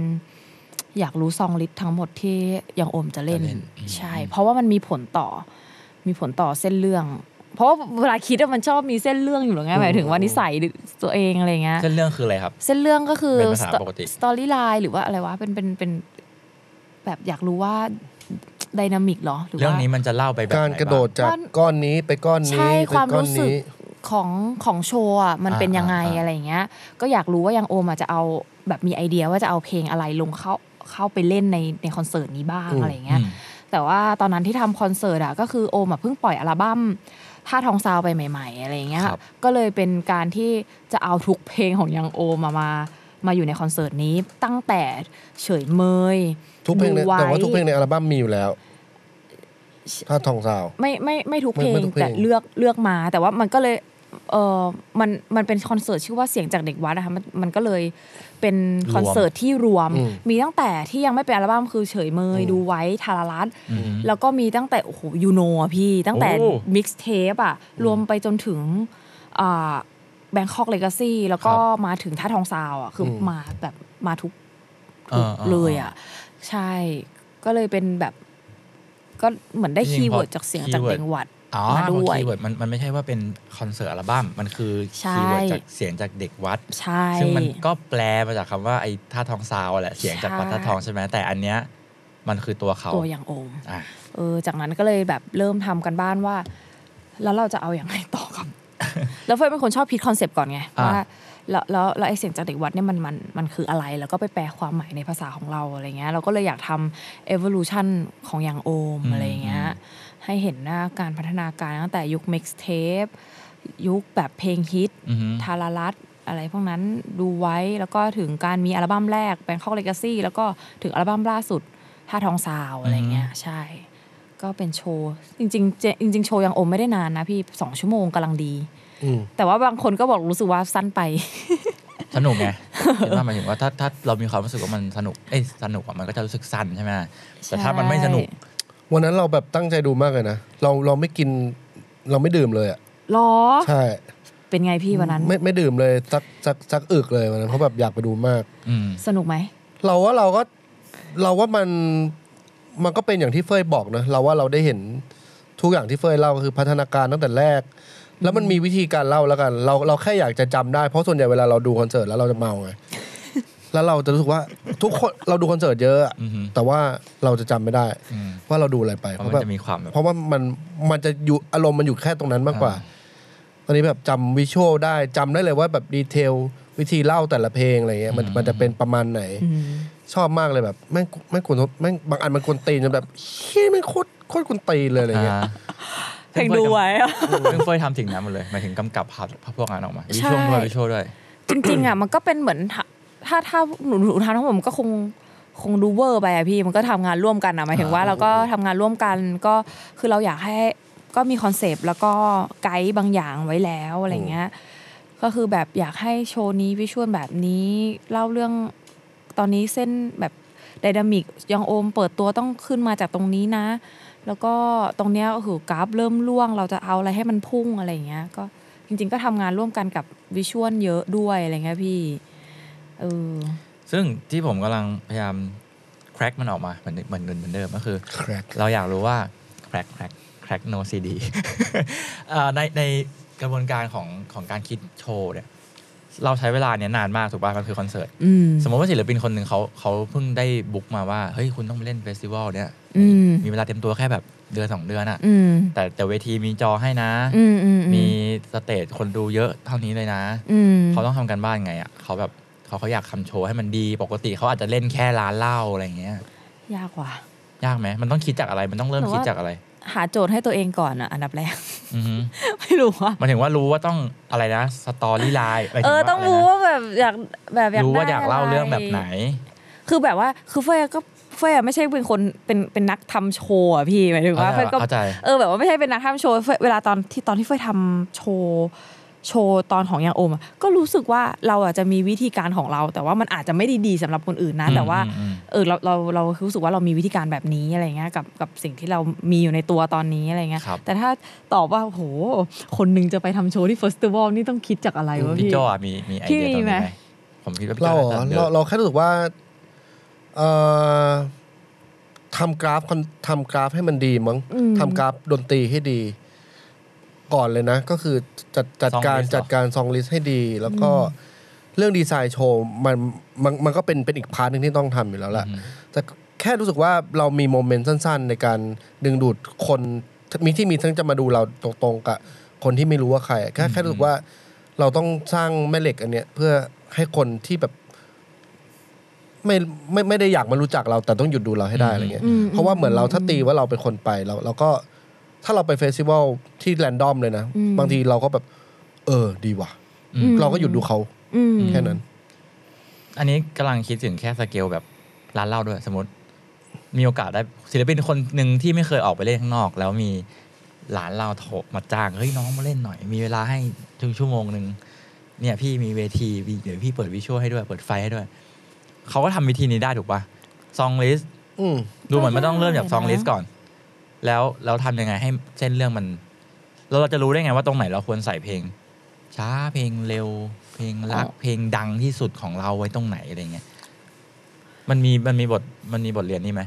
E: อยากรู้ซองลิสต์ทั้งหมดที่ยังโอมจะเล่น
D: จะเล่นอืม
E: ใช่ เพราะว่ามันมีผลต่อ มีผลต่อเส้นเรื่อง เพราะว่าเวลาคิดอะมันชอบมีเส้นเรื่องอยู่หรอไงหมายถึงว่านิสัยตัวเองอะไรเงี้ย
D: เส้นเรื่องคืออะไรครับ
E: เส้นเรื่องก็คือ
D: เป็นภาษาปกติ
E: สตอรี่ไลน์หรือว่าอะไรวะเป็นเป็นเป็นแบบอยากรู้ว่าดินามิกหรอหรือ
D: เรื่อง
E: ว่า
D: นี้มันจะเล่าไปแบบไหน
C: การ
D: บ้ง
C: กระโดดจากก้อนนี้ไปก้อนนี้
E: ใช่
C: ไป
E: ความ
C: ก้อน
E: รู้สึก
C: นี้
E: ของของโชว์อะมัน
D: อ่า
E: เป็นยังไง
D: อ่าอ่า
E: อะไรอย่างเงี้ย ก็อยากรู้ว่ายังโอมอาจจะเอาแบบมีไอเดียว่าจะเอาเพลงอะไรลงเข้าเข้าไปเล่นในในคอนเสิร์ตนี้บ้าง
C: อืม
E: อะไรอย่างเงี้
D: อื
E: ย
D: ม
E: แต่ว่าตอนนั้นที่ทำคอนเสิร์ตอะก็คือโอมอะเพิ่งปล่อยอัลบั้มท่าทองซาวไปใหม่ ๆ อะไรอย่างเงี้ย
D: ครับ
E: ก็เลยเป็นการที่จะเอาทุกเพลงของยังโอมมามามาอยู่ในคอนเสิร์ตนี้ตั้งแต่เฉยเมย
C: ทุกเพลงใน
E: ดูไว้
C: แต่ว่าทุกเพลงในอัลบั้มมีอยู่แล้วถ้าทองสาว
E: ไม่ไม่ไม่ทุก
C: ไม่
E: เพล
C: ไม่
E: ง
C: ทุกเพลง
E: แต่เลือกเลือกมา แต่ว่ามันก็เลยเออมันมันเป็นคอนเสิร์ตชื่อว่าเสียงจากเด็กวัดนะคะมันมันก็เลยเป็นคอนเสิร์ตที่รวม มีตั้งแต่ที่ยังไม่เป็นอัลบั้มคือเฉยเมยดูไว้ทาราลัต
D: อืม
E: แล้วก็มีตั้งแต่ โอ้โหยูโนะพี่ตั้งแต่
D: โอ้
E: มิกซ์เทปอ่ะ รวมไปจนถึงอ่า แบงคอกเลกาซี่แล้วก็
D: ครั
E: มาถึงท่าทองซาวอ่ะคืออ
C: ม
E: มาแบบมาทุก
D: เออเออ
E: เลยอ่ะ ใช่ ก็เลยเป็นแบบ ก็เหมือนได้
D: จริงๆ
E: คีย์เวิร์ด
D: พอ
E: จากเสียงจาก
D: keyword
E: จังหวัด
D: อ๋อ
E: มา
D: พอ
E: ด้วย
D: คีย์เวิร์ดมันมันไม่ใช่ว่าเป็นคอนเสิร์ตอัลบั้มมันคือ
E: ใช่
D: คีย์เวิร์ดจากเสียงจากเด็กวัด
E: ใช่
D: ซึ่งมันก็แปลมาจากคำว่าไอ้ท่าทองซาวอะแหละเสียงจากวัดท่าทองใช่ไหมแต่อันเนี้ยมันคือตัวเขา
E: ตัวอย่างโอม
D: อ่ะ
E: เออจากนั้นก็เลยแบบเริ่มทำกันบ้านว่า แล้วเราจะเอาอย่างไรต่อ ครับ แล้วเฟยเป็นคนชอบคิดคอนเซปต์ก่อนไง
D: อ่า
E: ว่าแล้วแล้วแล้วไอเสียงจากเด็กวัดเนี่ยมันมันมันคืออะไร แล้วก็ไปแปลความหมายในภาษาของเราอะไรเงี้ยเราก็เลยอยากทำ evolution ของอย่างโอมอะไรเงี้ยให้เห็นหน้าการพัฒนาการตั้งแต่ยุค mixtape ยุคแบบเพลงฮิต
D: อือฮึ
E: ทารารัตอะไรพวกนั้นดูไว้แล้วก็ถึงการมีอัลบั้มแรก Bangkok Legacy แล้วก็ถึงอัลบั้มล่าสุดท่าทองซาวอะไรเงี้ยใช่ ก็เป็นโชว์ จริงๆเจจริง ๆ โชว์ยังอมไม่ได้นานนะพี่สองชั่วโมงกำลังดี
C: อืม
E: แต่ว่าบางคนก็บอกรู้สึกว่าสั้นไป
D: สนุกไงคิดว่าหมายถึงว่าถ้าถ้าเรามีความรู้สึกว่ามันสนุกเอ้ยสนุกอะมันก็จะรู้สึกสั้นใช่ไหมแต่ถ้ามันไม่สนุก
C: วันนั้นเราแบบตั้งใจดูมากเลยนะ เราเราไม่กินเราไม่ดื่มเลยอ่ะ
E: หรอ
C: ใช่
E: เป็นไงพี่วันนั้น
C: ไม่ไม่ดื่มเลยสักสักสักอึกเลยวันนั้นเพราะแบบอยากไปดูมาก
D: อืม
E: สนุกไหม
C: เราว่าเราก็เราว่ามันมันก็เป็นอย่างที่เฟยบอกนะเราว่าเราได้เห็นทุกอย่างที่เฟยเล่าก็คือพัฒนาการตั้งแต่แรก แล้วมันมีวิธีการเล่าแล้วกัน เราเราแค่อยากจะจำได้เพราะส่วนใหญ่เวลาเราดูคอนเสิร์ตแล้วเราจะเมา ไง แล้วเราจะรู้สึกว่าทุกคนเราดูคอนเสิร์ตเยอะอะ
D: อือฮึ
C: แต่ว่าเราจะจำไม่ได้
D: อืม
C: ว่าเราดูอะไรไป
D: เพ
C: เพ
D: ราะมั
C: ราะ
D: น
C: แบบ
D: จะมีความแบบ
C: เพราะว่ามันมันจะอยู่อารมณ์มันอยู่แค่ตรงนั้นมากกว่า ตอนนี้แบบจำวิชวลได้จำได้เลยว่าแบบดีเทล วิธีเล่าแต่ละเพลงอะไรเงี้ยมัน
D: อืม
C: มันจะเป็นประมาณไหน
E: อืม
C: ชอบมากเลยแบบแม่งแม่งกวนแม่งบางอันมันกวนตีนจนแบบเฮ้ยแม่งโคตรโคตรกวนตีนเลยอะไรเงี้ย
D: อ่า
E: เพลงดูไว้อะ
D: ซึ่งเฟยทำถึงนั้นหมดเลยหมายถึงกำกับภาพพวกงานออกมาวิ
E: ใช่
D: ชวลด้วยวิชวลด้วย
E: จริงๆอ่ะมันก็เป็นเหมือนถ้าถ้าถ้าหนูหนูทำทั้งหมดมันก็คงคงดูเวอร์ไปอะพี่มันก็ทำงานร่วมกันอะหมายถึงว่าเราก็ทำงานร่วมกันก็คือเราอยากให้ก็มีคอนเซปต์แล้วก็ไกด์บางอย่างไว้แล้วอะไรเงี้ยก็คือแบบอยากให้โชว์นี้วิชวลแบบนี้เล่าเรื่องตอนนี้เส้นแบบไดนามิกยังโอมเปิดตัวต้องขึ้นมาจากตรงนี้นะ แล้วก็ตรงเนี้ยก็คือกราฟเริ่มล่วง เราจะเอาอะไรให้มันพุ่งอะไรอย่างเงี้ย ก็จริง ๆ ก็ทำงานร่วมกันกับวิชวลเยอะด้วยอะไรเงี้ยพี่เออ
D: ซึ่งที่ผมกำลังพยายามแคร็กมันออกมาเหมือนเหมือนเหมือนเดิมก็คือ
C: Crack
D: เราอยากรู้ว่าแคร็กแคร็กแคร็กโน ซีดีในในกระบวนการของของการคิดโชว์เนี่ยเราใช้เวลาเนี่ยนานมากถูกป่ะมันคือคอนเสิร์ต
E: อืม
D: สมมติว่าศิลปินคนหนึ่งเขาเขาเพิ่งได้บุ๊กมาว่า เฮ้ย คุณต้องไปเล่นเฟสติวัลเนี่ย
E: อืม
D: มีเวลาเตรียมตัวแค่แบบเดือนสองเดือนอะ
E: อืม
D: แต่แต่เวทีมีจอให้นะ
E: อืมอืม
D: มีสเตจคนดูเยอะเท่านี้เลยนะ
E: อืม
D: เขาต้องทำกันบ้านไงอ่ะเขาแบบเขาเขาอยากทำโชว์ให้มันดี ปกติเขาอาจจะเล่นแค่ร้านเหล้าอะไรอย่างเงี้ย
E: ยากว่ะ
D: ยากไหมมันต้องคิดจากอะไร มันต้องเริ่ม
E: หรือว่า
D: คิดจากอะไร
E: หาโจทย์ให้ตัวเองก่อนอะอันดับแรก
D: อือฮึ
E: ไม่รู้ว่า
D: หมันถึงว่ารู้ว่าต้องอะไรนะสตอรี่ไลน์
E: เออต้องรู้ว่าแบบอยากแบบอยาก
D: รู้ว่า
E: ได้
D: อยากเล่าเรื่องแบบไหน
E: คือแบบว่าคือเฟยก็เฟยไม่ใช่เป็นคนเป็นเป็นนักทำโชว์อะพี่หมายถึงว่าเฟยก็
D: เข้าใจ
E: เออแบบว่าไม่ใช่เป็นนักทำโชว์เฟเวลาตอนที่ตอนที่เฟยทำโชว์โชว์ตอนของยังโอมอะก็รู้สึกว่าเราอาจจะมีวิธีการของเรา แต่ว่ามันอาจจะไม่ได้ดีสำหรับคนอื่นนะ
D: อืม
E: แต่ว่า
D: อืม
E: เออเราเราเรารู้สึกว่าเรามีวิธีการแบบนี้อะไรเงี้ยกับกับสิ่งที่เรามีอยู่ในตัวตอนนี้อะไรเงี้ย
D: ครับ
E: แต่ถ้าตอบว่าโหคนหนึงจะไปทำโชว์ที่เฟสติวัลนี่ต้องคิดจากอะไรวะ
D: พี่
E: พี่
D: โจอะมีมีไอเดียตรง
E: พี่มี
D: นี้
E: ไหม
D: ไหมผมคิดว่าพี่โจ
C: เราเหรอ
D: น่จะ
C: เราเราแค่รู้สึกว่าเอ่อทำกราฟคอนทำกราฟให้มันดีมั้ง
E: อืม
C: ทำกราฟดนตรีให้ดี ก่อนเลยนะ ก็คือจัดจัดการจัดการซองลิสให้ดี แล้วก็เรื่องดีไซน์โชว์มันมันมันก็เป็นเป็นอีกพาร์ทหนึ่งที่ต้องทำอยู่แล้วแหละ
D: อืม
C: แต่แค่รู้สึกว่าเรามีโมเมนต์สั้น ๆ ในการดึงดูดคนมีที่มีทั้งจะมาดูเราตรงๆกับคนที่ไม่รู้ว่าใครแค่แค่รู้สึกว่าเราต้องสร้างแม่เหล็กอันเนี้ยเพื่อให้คนที่แบบ ไม่ไม่ไม่ได้อยากมารู้จักเราแต่ต้องหยุดดูเราให้ได้อะไรเงี้ย
E: อืม
C: เพราะว่าเหมือนเราถ้าตีว่าเราเป็นคนไปเราเราก็ถ้าเราไปเฟสติวัลที่แรนดอมเลยนะ บางทีเราก็แบบ เออ ดีว่ะ
D: อืม
C: เราก็หยุดดูเขา
E: อืม
C: แค่นั้น
D: อันนี้กำลังคิดถึงแค่สเกลแบบร้านเหล้าด้วยสมมติ มีโอกาสได้ศิลปินคนหนึ่งที่ไม่เคยออกไปเล่นข้างนอก แล้วมีหลานเราโทรมาจ้างเฮ้ยน้องมาเล่นหน่อย มีเวลาให้ถึงชั่วโมงหนึ่งเนี่ยพี่มีเวทีมีเดี๋ยวพี่เปิดวิชวลให้ด้วยเปิดไฟให้ด้วย เขาก็ทำวิธีนี้ได้ถูกปะซองลิส
C: อืม
D: ดูเหมือนมันต้องเริ่มจากซองลิสก่อน แล้วเราทำยังไงให้เส้นเรื่องมันแล้วเราจะรู้ได้ไงว่าตรงไหนเราควรใส่เพลง ช้าเพลงเร็ว เพลงรัก
E: อ๋อ
D: เพลงดังที่สุดของเราไว้ตรงไหนอะไรเงี้ยมันมีมันมีบทมันมีบทเรียนนี่ไหม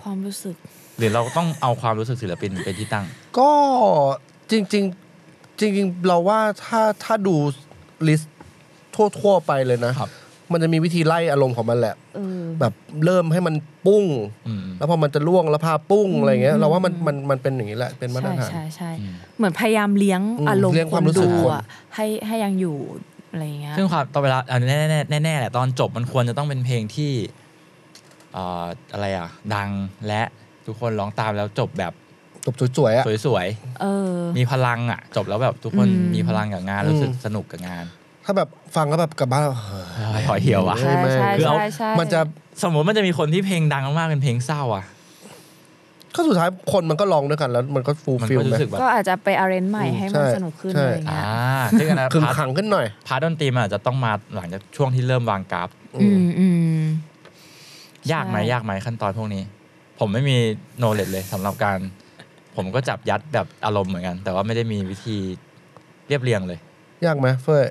E: ความรู้สึก
D: หรือเราต้องเอาความรู้สึกศิลปินเป็นที่ตั้ง
C: ก็จริง ๆ จริง ๆ เราว่าถ้าถ้าดูลิสต์ทั่ว ๆ ไปเลยนะ
D: ครับ
C: มันจะมีวิธีไล่อารมณ์ของมันแหละ
E: เออ
C: แบบเริ่มให้มันปุ้ง
D: อืม
C: แล้วพอมันจะล่วงแล้วพาปุ้งอะไรเงี้ย
E: อืม
C: เราว่ามันมันมันเป็นอย่างนี้แหละเป็นมาตร
E: ใช่
C: ฐาน
E: ใช่ใช่
D: อืม
E: เหมือนพยายามเลี้ยง
C: อืม
E: อารมณ์
C: เลี้ยง
E: ค
C: ความ
E: น
C: รู้สึ
E: ดู
C: กคน
E: อะให้ให้ยังอยู่อะไรอย่างเงี้ย
D: ซึ่งความตอนเวลาอ่ะแน่แน่แน่แน่แหละตอนจบมันควรจะต้องเป็นเพลงที่เอ่ออะไรอ่ะ ดังและทุกคนร้องตามแล้วจบแบบ
C: จบสวยๆอ่ะ
D: สวย
E: เออ
D: ๆมีพลังอ่ะ จบแล้วแบบทุกคน
E: อืม
D: มีพลังกับงาน
C: อืม
D: รู้สึกสนุกกับงาน
C: ถ้าแบบฟังแล้วแบบกลับบ้านแล้วเฮ้ย
D: หอยเหี่ยวอ่ะ
E: ใช่
C: ไม่
E: ใช่
D: คือเอา
E: ใช่ใช่
C: มันจะ
D: สมมติมันจะมีคนที่เพลงดังมากๆเป็นเพลงเศร้าอ่ะ
C: ก็สุดท้ายคนมันก็ลองด้วยกันแล้วมันก็ฟูล
D: มัน
C: ฟิล
D: ก็
C: นะ
D: รู้สึกแบบ
E: ก็อาจจะไปอาร์เรนใหม่ให้มัน
C: ใช่
E: สนุกขึ้น
C: ใช่
E: อะไรอย่าง
D: อ่า
E: เงี้ย
D: ซึ่งอันนั้น
C: ขึง
D: พา
C: ขั
D: ร์ท
C: งขึ้นหน่อย
D: พาร์ทดนตรีมันอาจจะต้องมาหลังจากช่วงที่เริ่มวางกราฟ
E: อืมอืม
D: ยากไหม
E: ใช่
D: ยากไหมขั้นตอนพวกนี้ ผมไม่มีโนเลดเลยสำหรับการ ผมก็จับยัดแบบอารมณ์เหมือนกัน แต่ว่าไม่ได้มีวิธีเรียบเรียงเลย
C: ยากไหมเฟ้ย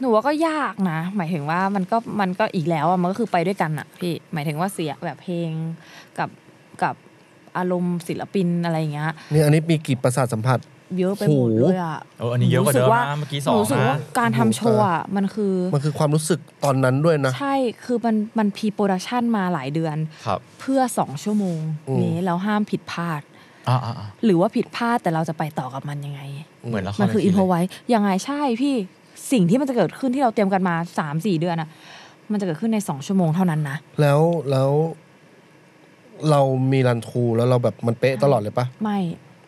E: หนูว่าก็ยากนะ หมายถึงว่ามันก็มันก็อีกแล้วอะมันก็คือไปด้วยกันอะพี่หมายถึงว่าเสียงแบบเพลงกับกับอารมณ์ศิลปินอะไรอย่างเงี้ย
C: นี่อันนี้มีกี่ประสาทสัมผัส
E: เยอะไปหมดเลยอะ
D: โอ้อันนี้เยอะกว่าเดิมนะเมื่อกี้สอง
E: หนูรู้สึกว่า
D: นะ
E: การทำโชว์อะมันคือ
C: มันคือความรู้สึกตอนนั้นด้วยนะ
E: ใช่ คือมันมันพีโปรดักชันมาหลายเดือน
D: ครับ
E: เพื่อ 2 ชั่วโมง
C: อืม
E: นี้แล้วห้ามผิดพลาด
D: อ่าอ่าอ่า
E: หรือว่าผิดพลาดแต่เราจะไปต่อกับมันยังไง
D: เหมือนละคร
E: มันคือ
D: เวที
E: อินโฟ
D: เลย
E: ไว้ยังไงใช่พี่สิ่งที่มันจะเกิดขึ้นที่เราเตรียมกันมา 3 4 เดือนอะมันจะเกิดขึ้นใน 2 ชั่วโมงเท่านั้นนะ
C: แล้วแล้ว เรามีรันทรูแล้วเราแบบมันเป๊ะตลอดเลยปะ
E: ไม่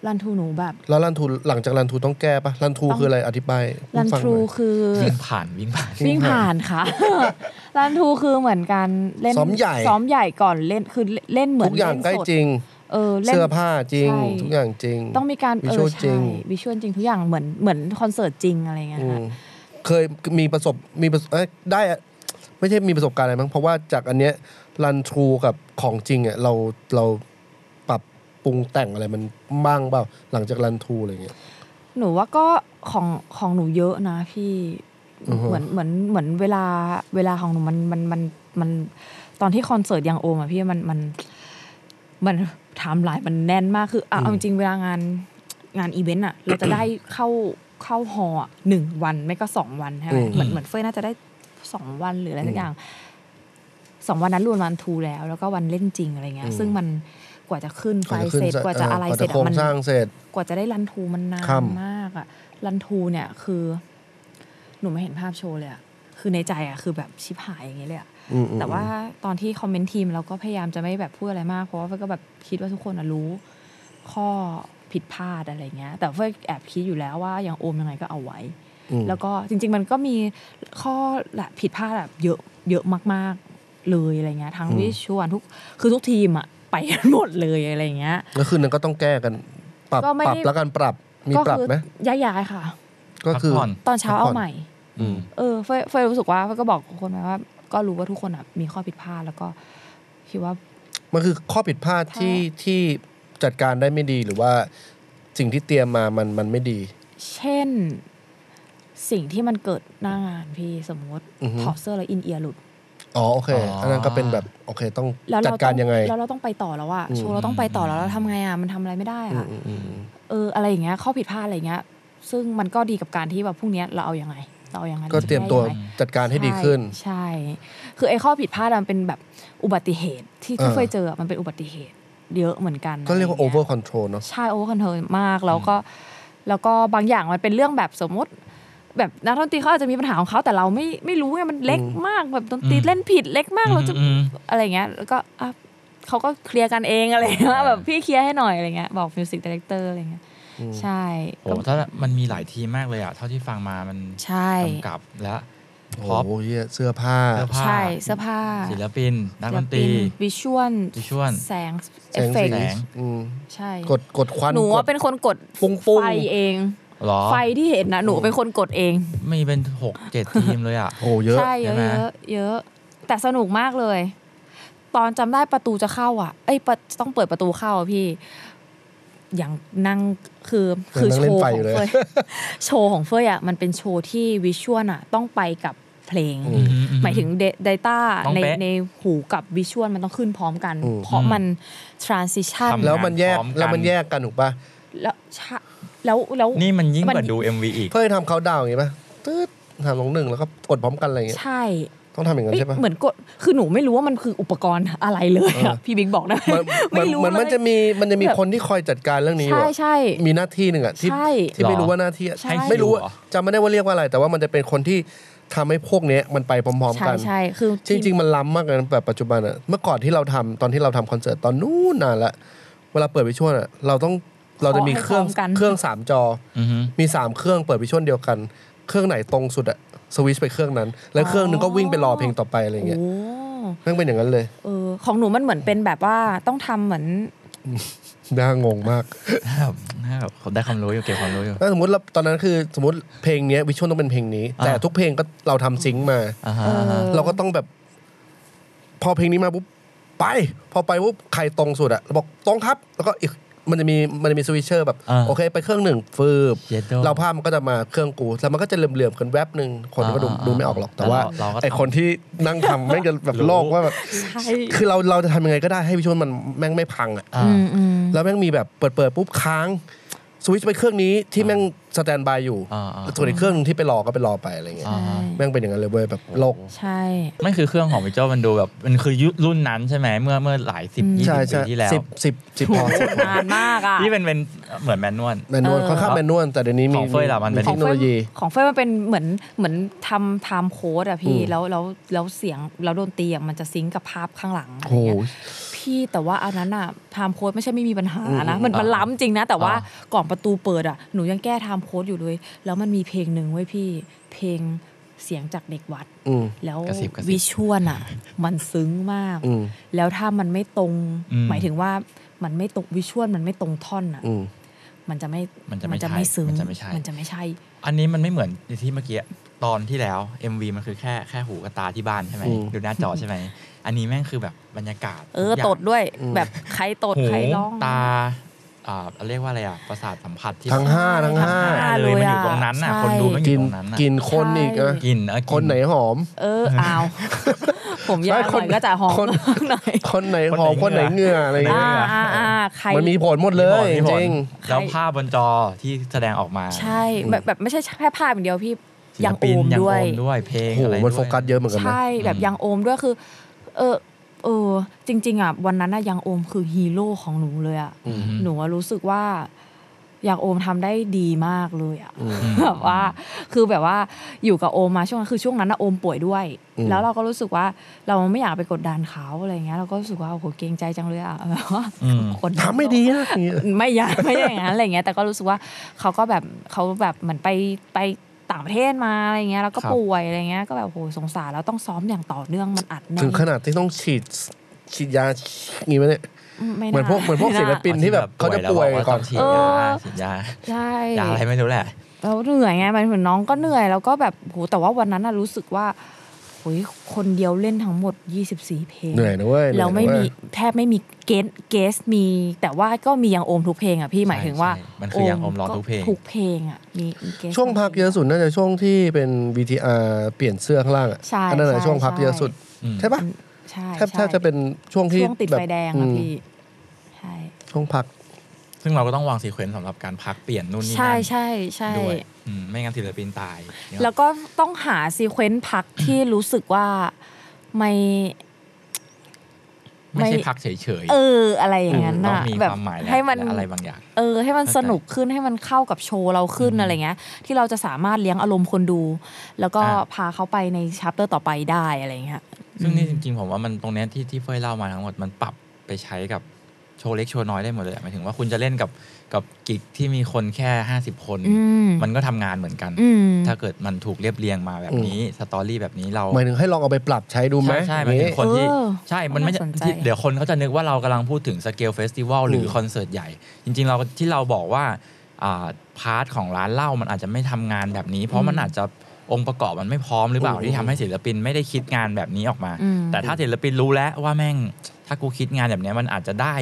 E: รันทูหนูแบบ
C: แล้วรันทรูหลังจากรันทรูต้องแก้ปะรันทรูคืออะไรอธิบายให้
E: รัน
C: ฟังห
E: ทู
C: อย
E: คือ
D: วิ่งผ่านวิ่งผ่าน
E: วิ่งผ่านค่ะ รันทูคือเหมือนการเล่น
C: ซ้อมใหญ่
E: ซ้อมใหญ่ก่อนเล่นคือเล่นเหมือ
C: ทุ
E: น
C: กอย่าง
E: เล่น
C: ใกล้
E: สด
C: จริง
E: เออเล่น
C: เสื้อผ้าจริง
E: ใช่
C: ทุกอย่างจริง
E: ต้องมีการ
C: วิ
E: เอ
C: ชว
E: อ
C: ลจริ
E: ใช่
C: ง
E: วิชวลจริงทุกอย่างเหมือนเหมือนคอนเสิร์ตจริงอะไรเงี้ย
C: อืม
E: ค่ะ
C: เคยมีประสบมีประสบเอ้ยได้อะไม่ใช่มีประสบการณ์อะไรมั้งเพราะว่าจากอันเนี้ยรันทรูกับของจริงอ่ะเราเราปรับปรุงแต่งอะไรมันบ้างเปล่าหลังจากรันทรูอะไรเงี้ย
E: หนูว่าก็ของของหนูเยอะนะพี่
C: อือฮะ
E: เหมือนเหมือนเหมือนเวลาเวลาของหนูมันมันมันมันตอนที่คอนเสิร์ตยังโอมอะพี่มันมันมันไทม์ไลน์มันแน่นมากคืออ่ะเอาจริงๆเวลางานงานอีเวนต์อะเราจะได้เข้าเข้าฮอลล์อะหนึ่งวันไม่ก็สองวันใช่ไหมเหมือนเหมือนเฟ้ยน่าจะได้สองวันหรืออะไรสักอย่าง สองวันนั้นรวมวันทูแล้ว แล้วก็วันเล่นจริงอะไรเงี้ย ซึ่งมันกว่าจะขึ้นไฟเสร็จกว่าจะอะไร
C: กว่า
E: เสร็จ
C: โคร
E: อะ
C: ง
E: มัน
C: สร้างเสร็จ
E: กว่าจะได้รันทูมันนาน
C: ค่ำ
E: มากอะรันทูเนี่ยคือ หนูไม่เห็นภาพโชว์เลยอะคือในใจอะคือแบบชิบหายอย่างเงี้ยเลยอะ
C: อืมอืม
E: แต่ว่าตอนที่คอมเมนต์ทีมเราก็พยายามจะไม่แบบพูดอะไรมาก เพราะว่าเฟยก็แบบคิดว่าทุกคนอะรู้ ข้อผิดพลาดอะไรเงี้ย แต่เฟยแอบคิดอยู่แล้วว่าอย่างโอมยังไงก็เอาไว้
C: อืม
E: แล้วก็จริง ๆ มันก็มีข้อละผิดพลาดแบบเยอะเยอะมาก ๆ เลยอะไรเงี้ยทั้งวิชวลทุกคือทุกทีมอะไปกันหมดเลยอะไรเงี้ย
C: แล้วคืนนั้นก็ต้องแก้กัน ปรับ
E: ก็ไม่
C: ปรับ
E: ได้
C: แล้วกันปรับมี
E: ก็
C: ปรับ
E: คื
C: ไหม
E: ย้ายๆค่ะ
C: ก็คือ
D: พักผ่อน
E: ตอนเช้าเอาใหม่
D: อืม
E: เออเฟยเฟยรู้สึกว่าเฟยก็บอกคนไปว่า ก็รู้ว่าทุกคนอะมีข้อผิดพลาดแล้วก็คิดว่า
C: มันคือข้อผิดพลาด
E: ใช่
C: ที่ที่จัดการได้ไม่ดีหรือว่าสิ่งที่เตรียมมามันมันไม่ดี
E: เช่น สิ่งที่มันเกิดหน้างานพี่สมมติ
C: อือฮึ
E: ถอดเสื้อแล้วอินเอียร์หลุด
C: อ๋อโอเค
D: อ๋ออั
C: อันนั้นก็เป็นแบบโอเคต้อง
E: แล้ว
C: จั
E: เรา
C: ด
E: ต้
C: กา
E: อ
C: รยังไง
E: แล้วเราต้องไปต่อแล้วอะ
C: อืม
E: โชว์เราต้องไปต่อแล้วเราทำไงอะมันทำอะไรไม่ได้
C: อืม
E: อะ
C: อืมอืมอืม
E: เอออะไรอย่างเงี้ยข้อผิดพลาดอะไรเงี้ย ซึ่งมันก็ดีกับการที่แบบพรุ่งเนี้ยเราเอายังไง เราเอายังไง
C: ก็เตรียมตัว
E: ราจะแก้งไง
C: จัดการให้ดีขึ้น
E: ใช่ คือไอ้ข้อผิดพลาดอะมันเป็นแบบอุบัติเหตุที่ที่
C: อ่า
E: เคยเจออะมันเป็นอุบัติเหตุ เยอะเหมือนกันะ
C: ก็เรียกว่า
E: ะไง
C: over
E: งี้
C: control เนาะ
E: ใช่โอเวอร์คอนเทนมากแล้วก็แล้วก็บางอย่างมันเป็นเรื่องแบบสมมติ แบบนักดนตรีเขาอาจจะมีปัญหาของเขาแต่เราไม่ไม่รู้ไงมันเล็ก
C: อืม
E: มากแบบดนตรี
D: อืม
E: เล่นผิดเล็กมากเราจะ
D: อืม
E: อะไรเงี้ยแล้วก็อ่ะเขาก็เคลียร์กันเองอะไรเงี้ย
D: อ่า
E: แบบพี่เคลียร์ให้หน่อยอะไรเงี้ยบอกมิวสิกดีเลกเตอร์อะไรเงี้ย
C: อืม
E: ใช่
D: โอ้
E: ก็
D: ถ้ามันมีหลายทีมมากเลยอ่ะเท่าที่ฟังมามัน
E: ใช่
D: กำกับและพร็อพ
C: โอ้โหเหี้ยเสื้อผ้า
D: เสื้อผ้า
E: ใช่เสื้อผ้า
D: ศิลปิน นักดนตรี
E: วิชวล
D: วิชวล
E: แสง
C: แส
E: เอฟ
C: ง
E: เฟก
C: สี
E: ต์
D: แสง
C: อืม
E: ใช่
C: กดกดควัน
E: หนู
C: ก
E: ว่า
C: ด
E: เป็นคนกด
C: ปุ้งปุ้ง
E: ไฟเอง
D: หรอ
E: ไฟที่เห็นนะหนูเป็นคนกดเอง
D: มีเป็นหกเจ็ดทีมเลยอ่ะ
C: โอ้เยอะ
E: ใช่เยอะ
D: ใช่ไหม
E: เยอะเยอะ แต่สนุกมากเลย ตอนจำได้ประตูจะเข้าอ่ะ เอ้ยประต้องเปิดประตูเข้าอะพี่ อย่างนั่งคือ
C: ยัง
E: คือ
C: นั่ง
E: โช
C: เล่น
E: ว์
C: ไฟ
E: ข
C: อ
E: อยู่ง
C: เลย
E: เฟย โชว์ของเฟยอ่ะมันเป็นโชว์ที่วิชวลอ่ะต้องไปกับเพลง
C: อื
D: อือื
E: หมายถึง Data
D: ต้อง
E: ใน
D: เป๊ะ
E: ในหูกับวิชวลมันต้องขึ้นพร้อมกัน
C: อืม
E: เพราะ
D: อืม
E: มัน transition
D: ทำ
C: แล้วมันแยก
D: พร้อมกัน
C: แล้วมันแยกกันถูกปะ
E: แล้วชะแล้วแล้ว
D: นี่มันยิ่งก
E: มั
D: ว่าน ดู MV อีก
C: เพื่อทำเขาดาวน์อย่างงี้ปะตืดทำลงหนึ่งแล้วก็กดพร้อมกันอะไรอย่างเงี้ย
E: ใช่
C: ต้องทำอย่างนั้น
E: เอ้ย
C: ใช่ปะ
E: เหมือนกดคือหนูไม่รู้ว่ามันคืออุปกรณ์อะไรเลย
C: เออ
E: อะพี่บิ๊กบอกได้ไหม
C: เหมือนเหมือน
E: ไม่รู้
C: เหมือน
E: เล
C: มันจะ
E: ย
C: มีมันจะมี
E: แบบ
C: คนที่คอยจัดการเรื่องนี้อยู่
E: ใช่
C: อะ
E: ใช่
C: มีหน้าที่หนึ่งอะที่
E: ใช่
C: ที่
D: หร
C: ไม่
D: อ
C: รู้ว่าหน้าที่อะ
E: ใช่
C: ไม่รู้อะ
D: ให้คิวเหรอ
C: จำไม่ได้ว่าเรียกว่าอะไร แต่ว่ามันจะเป็นคนที่ทำให้พวกเนี้ยมันไปพร้อม
E: ใช่
C: ๆกัน
E: ใช่คือ
C: จริง ๆ มันล้ำมากเลยนะแบบปัจจุบันอะเมื่อก่อนที่เราทำตอนที่เราทำคอนเสิร์ตตอนนู้นนานละเวลาเปิดวิชวลอะเราต้องเราจะมีเครื่อง
E: ขอให้พร้อมกัน
C: เครื่องสามจอ
D: อือฮึ
C: มีสามเครื่องเปิดวิชวลเดียวกัน เครื่องไหนตรงสุดอะสวิตชไปเครื่องนั้น แล้วเครื่องหนึงก็วิ่งไปรอเพลงต่อไปอะไร
E: โอ้
C: เงี้ยแม่งเป็นอย่างนั้นเลย
E: เออของหนูมันเหมือนเป็นแบบว่าต้องทำเหมือน
C: น่างงมาก
D: น่าแบบน่าแบบผมได้ความรู้อยู่เก็บความรู้อยู่
C: ถ้าสมมติเราตอนนั้นคือสมมติเพลงเนี้ยวิชวลต้องเป็นเพลงนี้
D: อ่า
C: แต่ทุกเพลงก็เราทำซิงค์มา
D: อ่าฮะ
E: เออ
D: อ่าฮะ
C: เราก็ต้องแบบ พอเพลงนี้มาปุ๊บไป พอไปปุ๊บใครตรงสุดอะเราบอกตรงครับ แล้วก็อีกมันจะมีมันจะมีสวิชเชอร์แบบ
D: อ่า
C: โอเค ไปเครื่องหนึ่งฟืบ
D: เย็ดโด่
C: เราภาพมันก็จะมาเครื่องกูแล้วมันก็จะเหลื่อมๆกันแวบหนึ่งคนก็ดู
D: อ่าอ่า
C: ดูไม่ออกหรอกแต่ว่า
D: เราก็
C: ไอคนที่นั่ง ทำแม่งจะแบบโลกว่าแบบ
E: ใช่
C: คือเราเราจะทำยังไงก็ได้ให้วิชวลมันแม่งไม่พังอะ
D: า
E: มอืม
C: แล้วแม่งมีแบบเปิดเปิดปุ๊บค้างสวิตชไปเครื่องนี้ที่แม่งสแตนบายอยู่
D: อ่าอ่า
C: ส่วนอีกเครื่องหนึงที่ไปรอก็ไปรอไปอะไรเงี้ย
D: อ่าฮะ
C: แม่งเป็นอย่างนั้นเลยเว้ยแบบโลก
E: ใช่
D: ไม่คือเครื่องของพี่โจ้มันดูแบบ มันคือยุครุ่นนั้นใช่ไหมเมื่อเมื่อหลายสิบ
E: อืม
D: ยี่
C: ใช่
D: สิบปี
C: ใช่
D: ที่แล้ว
C: สิบสิบสิบพอ สิบ
E: นานมากอ่ะ
D: ที่เป็นเป็นเหมือนแมนนวล
C: แมนนวล
E: เออ
C: ค่อนข้างแมนนวลแต่เดี๋ยวนี้มี
D: ของเฟ้ยล่ะมันเป็น
C: เทคโนโลยี
E: ของเฟยมันเป็นเหมือนเหมือนทำไทม์โค้ดอะพี่
C: อืม
E: แล้วแล้วแล้วเสียงแล้วดนตรีอะมันจะซิงก์กับภาพข้างหลังอะไร
C: โอ้โห
E: เงี้ยพี่แต่ว่าอันนั้นอะไทม์โค้ดไม่ใช่ไม่มีปัญหานะ
C: อืม
E: มันมันล้ำจริงนะ แต่ว่า
D: อ่
E: ก่อนประตูเปิดอะหนูยังแก้ไทม์โค้ดอยู่เลย แล้วมันมีเพลงหนึ่งไว้ยพี่ เพลงเสียงจากเด็กวัด
C: อืม
E: แล้ว
D: กระซิบกระซิบ
E: วิชวลอะมันซึ้งมาก
C: อืม
E: แล้วถ้ามันไม่ตรง
D: อืม
E: หมายถึงว่ามันไม่ตรงวิชวลมันไม่ตรงท่อนอะ
C: อืม
E: มันจะไม่
D: มันจะไม่ใช่
E: ซึ้ง
D: มันจะไม่ใช่
E: นจะไม่ใช่
D: อันนี้มันไม่เหมือนที่เมื่อกี้ตอนที่แล้ว MV มันคือแค่แค่หูกับตาที่บ้านใช่ไหม
C: อืม
D: ดูหน้าจอใช่ไหมอันนี้แม่งคือแบบบรรยากาศ
E: เออ
D: ทุกย่าง
E: ตดด้วย
C: อืม
E: แบบใครตด
D: หู
E: ใครร้อง
D: ตาอ่าเรียกว่าอะไรอ่ะประสาทสัมผัสที่
C: ทั้งห้าทั้ง
D: ทั้ง
C: ห้า
D: ห้าเลยมันอยู่ตรงนั้นน่ะ
E: ใช่
D: คนดูมันอ
C: กิ
D: ยู่
C: น
D: ตรงนั้นน่ะ
C: กินคนอีกอะ
E: ใช่
D: กินเออกิ
C: คนไหนหอม
E: เออ อ้าว ผมยาว
C: ใช่
E: ห
C: คน
E: น่อยก็จะหอม
C: คน
E: หน่อย
C: คนไหนหอม
D: ค
C: คน น
D: ไห
C: ไห
D: น
C: น
D: เห
C: เห
D: งื่
C: งื่
D: อ
C: อ
D: อ
C: อะไรเงี้ย
E: อ่าอ่าอ่าใคร
C: มันมีผลหมดเลย จ
D: มีผล
C: ริง
D: แล้วภาพบนจอที่แสดงออกมา
E: ใช่แบบแบบไม่ใช่แค่ภาพอย่างเดียวพี่
D: ศิ
E: ยั
D: ล
E: งโอ
D: ปิน
E: ม
D: ยัง
E: ด้
D: โอ
E: วย
D: มด้วยเพลง
C: โอ้โห
D: อะไร
C: มัน
D: ด้วย
C: โฟกัสเยอะเหมือนกันนะ
E: ใช่แบบยังโอมด้วยคือ เออเออ จริง ๆอ่ะวันนั้นน่ะยังโอมคือฮีโร่ของหนูเลยอ่ะ
C: อืม
E: หนูอะรู้สึกว่า อยากโอมทำได้ดีมากเลยอ่ะ
C: อืม
E: แบบว่าคือแบบว่าอยู่กับโอมมาช่วงนั้นคือช่วงนั้นนะโอมป่วยด้วย
C: อืม
E: แล้วเราก็รู้สึกว่าเราไม่อยากไปกดดันเขาอะไรเงี้ยเราก็รู้สึกว่าโอ้โหเกรงใจจังเลยอะ แบบว่า
D: อืม
E: กดัน
C: ทำไม่ดีนะอย่างเงี้ย
E: ไม่อยาก ไม่ได้อย่างนั้นอะไรเงี้ยแต่ก็รู้สึกว่าเขาก็แบบเขาแบบเหมือนไปไปต่างประเทศมาอะไรเงี้ยแล้วก็
D: ครับ
E: ป่วยอะไรเงี้ยก็แบบโอ้โหสงสารแล้วต้องซ้อมอย่างต่อเนื่องมันอัดแน่น
C: ถึงขนาดที่ต้องฉีดฉีดยางี้ไหมเนี่ย
E: ไา
C: เหมือนพวกเหมือนพวกศิลปินที่แบบเขาจะป่วยก่อน
D: ฉีดยาฉีดยา
E: ใช่
D: ยาอะไรไม่รู้แหละ
E: เราเหนื่อยไงมันเหมือนน้องก็เหนื่อยแล้วก็แบบโหแต่ว่าวันนั้นน่ะรู้สึกว่าโหยคนเดียวเล่นทั้งหมด 24 เพลง
C: เหนื่อยนะเว้ย
E: แล้วไม่
C: เห
E: มี
C: นื่อยนะเว้ย
E: แทบไม่มีเกสเกสมี แต่ว่าก็มียังโอมทุกเพลงอ่ะพี่หมายถึงว่า
D: ใช่มันคือยังโอมร้องทุกเพลง
E: ทุกเพลงอ่ะมีมี guest
C: ช่วงพักเยอะสุดน่าจะช่วงที่เป็น VTR เปลี่ยนเสื้อข้างล่างอ่ะ
E: ใช่
C: อันั้นแหละ
E: ใช่
C: ช่วงพักเยอะสุด
D: อืม
C: ใช่ปะ
E: ใช่
C: แทบแท
E: ใช่
C: บจะเป็นช่วงที่
E: ช่วงติด
C: แบบ
E: ไฟแดง
C: อื
E: อ่ะ
C: ม
E: พี่ใช่
C: ช่วงพัก
D: ซึ่งเราก็ต้องวางซีเควนต์สำหรับการพักเปลี่ยนนู่นนี่
E: ใช่
D: นั่น
E: ใช่ใช่
D: ด้วยอืมไม่งั้นศิลปินตาย
E: แล้วก็ต้องหาซีเควนต์พักที่รู้สึกว่าไม่
D: ไม่ใช่
E: ไม่
D: พักเฉย
E: เอออะไรอย่างนั้น
D: ต้อง
E: น่ะ
D: มี
E: แบบ
D: ความหมายและ
E: ให้มัน
D: และอะไรบางอย่าง
E: เออให้มัน
D: เข้าใจ
E: สนุกขึ้นให้มันเข้ากับโชว์เราขึ้น
D: อืม
E: อะไรเงี้ย ที่เราจะสามารถเลี้ยงอารมณ์คนดู แล้วก็
D: อ่ะ
E: พาเขาไปในชัปเตอร์ต่อไปได้อะไรเงี้ย
D: ซึ่งนี่จริงๆผมว่ามันตรงเนี้ยที่ที่เฟยเล่ามาทั้งหมดมันปรับไปใช้กับโชว์เล็กโชว์น้อยได้หมดเลยอะหมายถึงว่าคุณจะเล่นกับกับกิกที่มีคนแค่ 50 คน
E: อืม
D: มันก็ทำงานเหมือนกัน
E: อืม
D: ถ้าเกิดมันถูกเรียบเรียงมาแบบนี้สตอรี่แบบนี้เรา
C: หมายถึงให้ลองเอาไปปรับใช้ดูไหม
D: ใช่ใช่หมายถึงคนที่
E: เออ
D: ใช่ มันไม่ใช่
E: น่าสนใจ
D: ที่เดี๋ยวคนเขาจะนึกว่าเรากำลังพูดถึงสเกลเฟสติวัลหรือคอนเสิร์ตใหญ่ จริง ๆ เราที่เราบอกว่าอ่าพาร์ทของร้านเหล้ามันอาจจะไม่ทำงานแบบนี้ เพราะมันอาจจะองค์ประกอบมันไม่พร้อมหรือเปล่าที่ทำให้ศิลปินไม่ได้คิดงานแบบนี้ออกมา
E: อืม
D: แต่ถ้าศิลปินรู้แล้วว่าแม่งถ้ากูคิดงานแบบเนี้ยมันอาจจะได้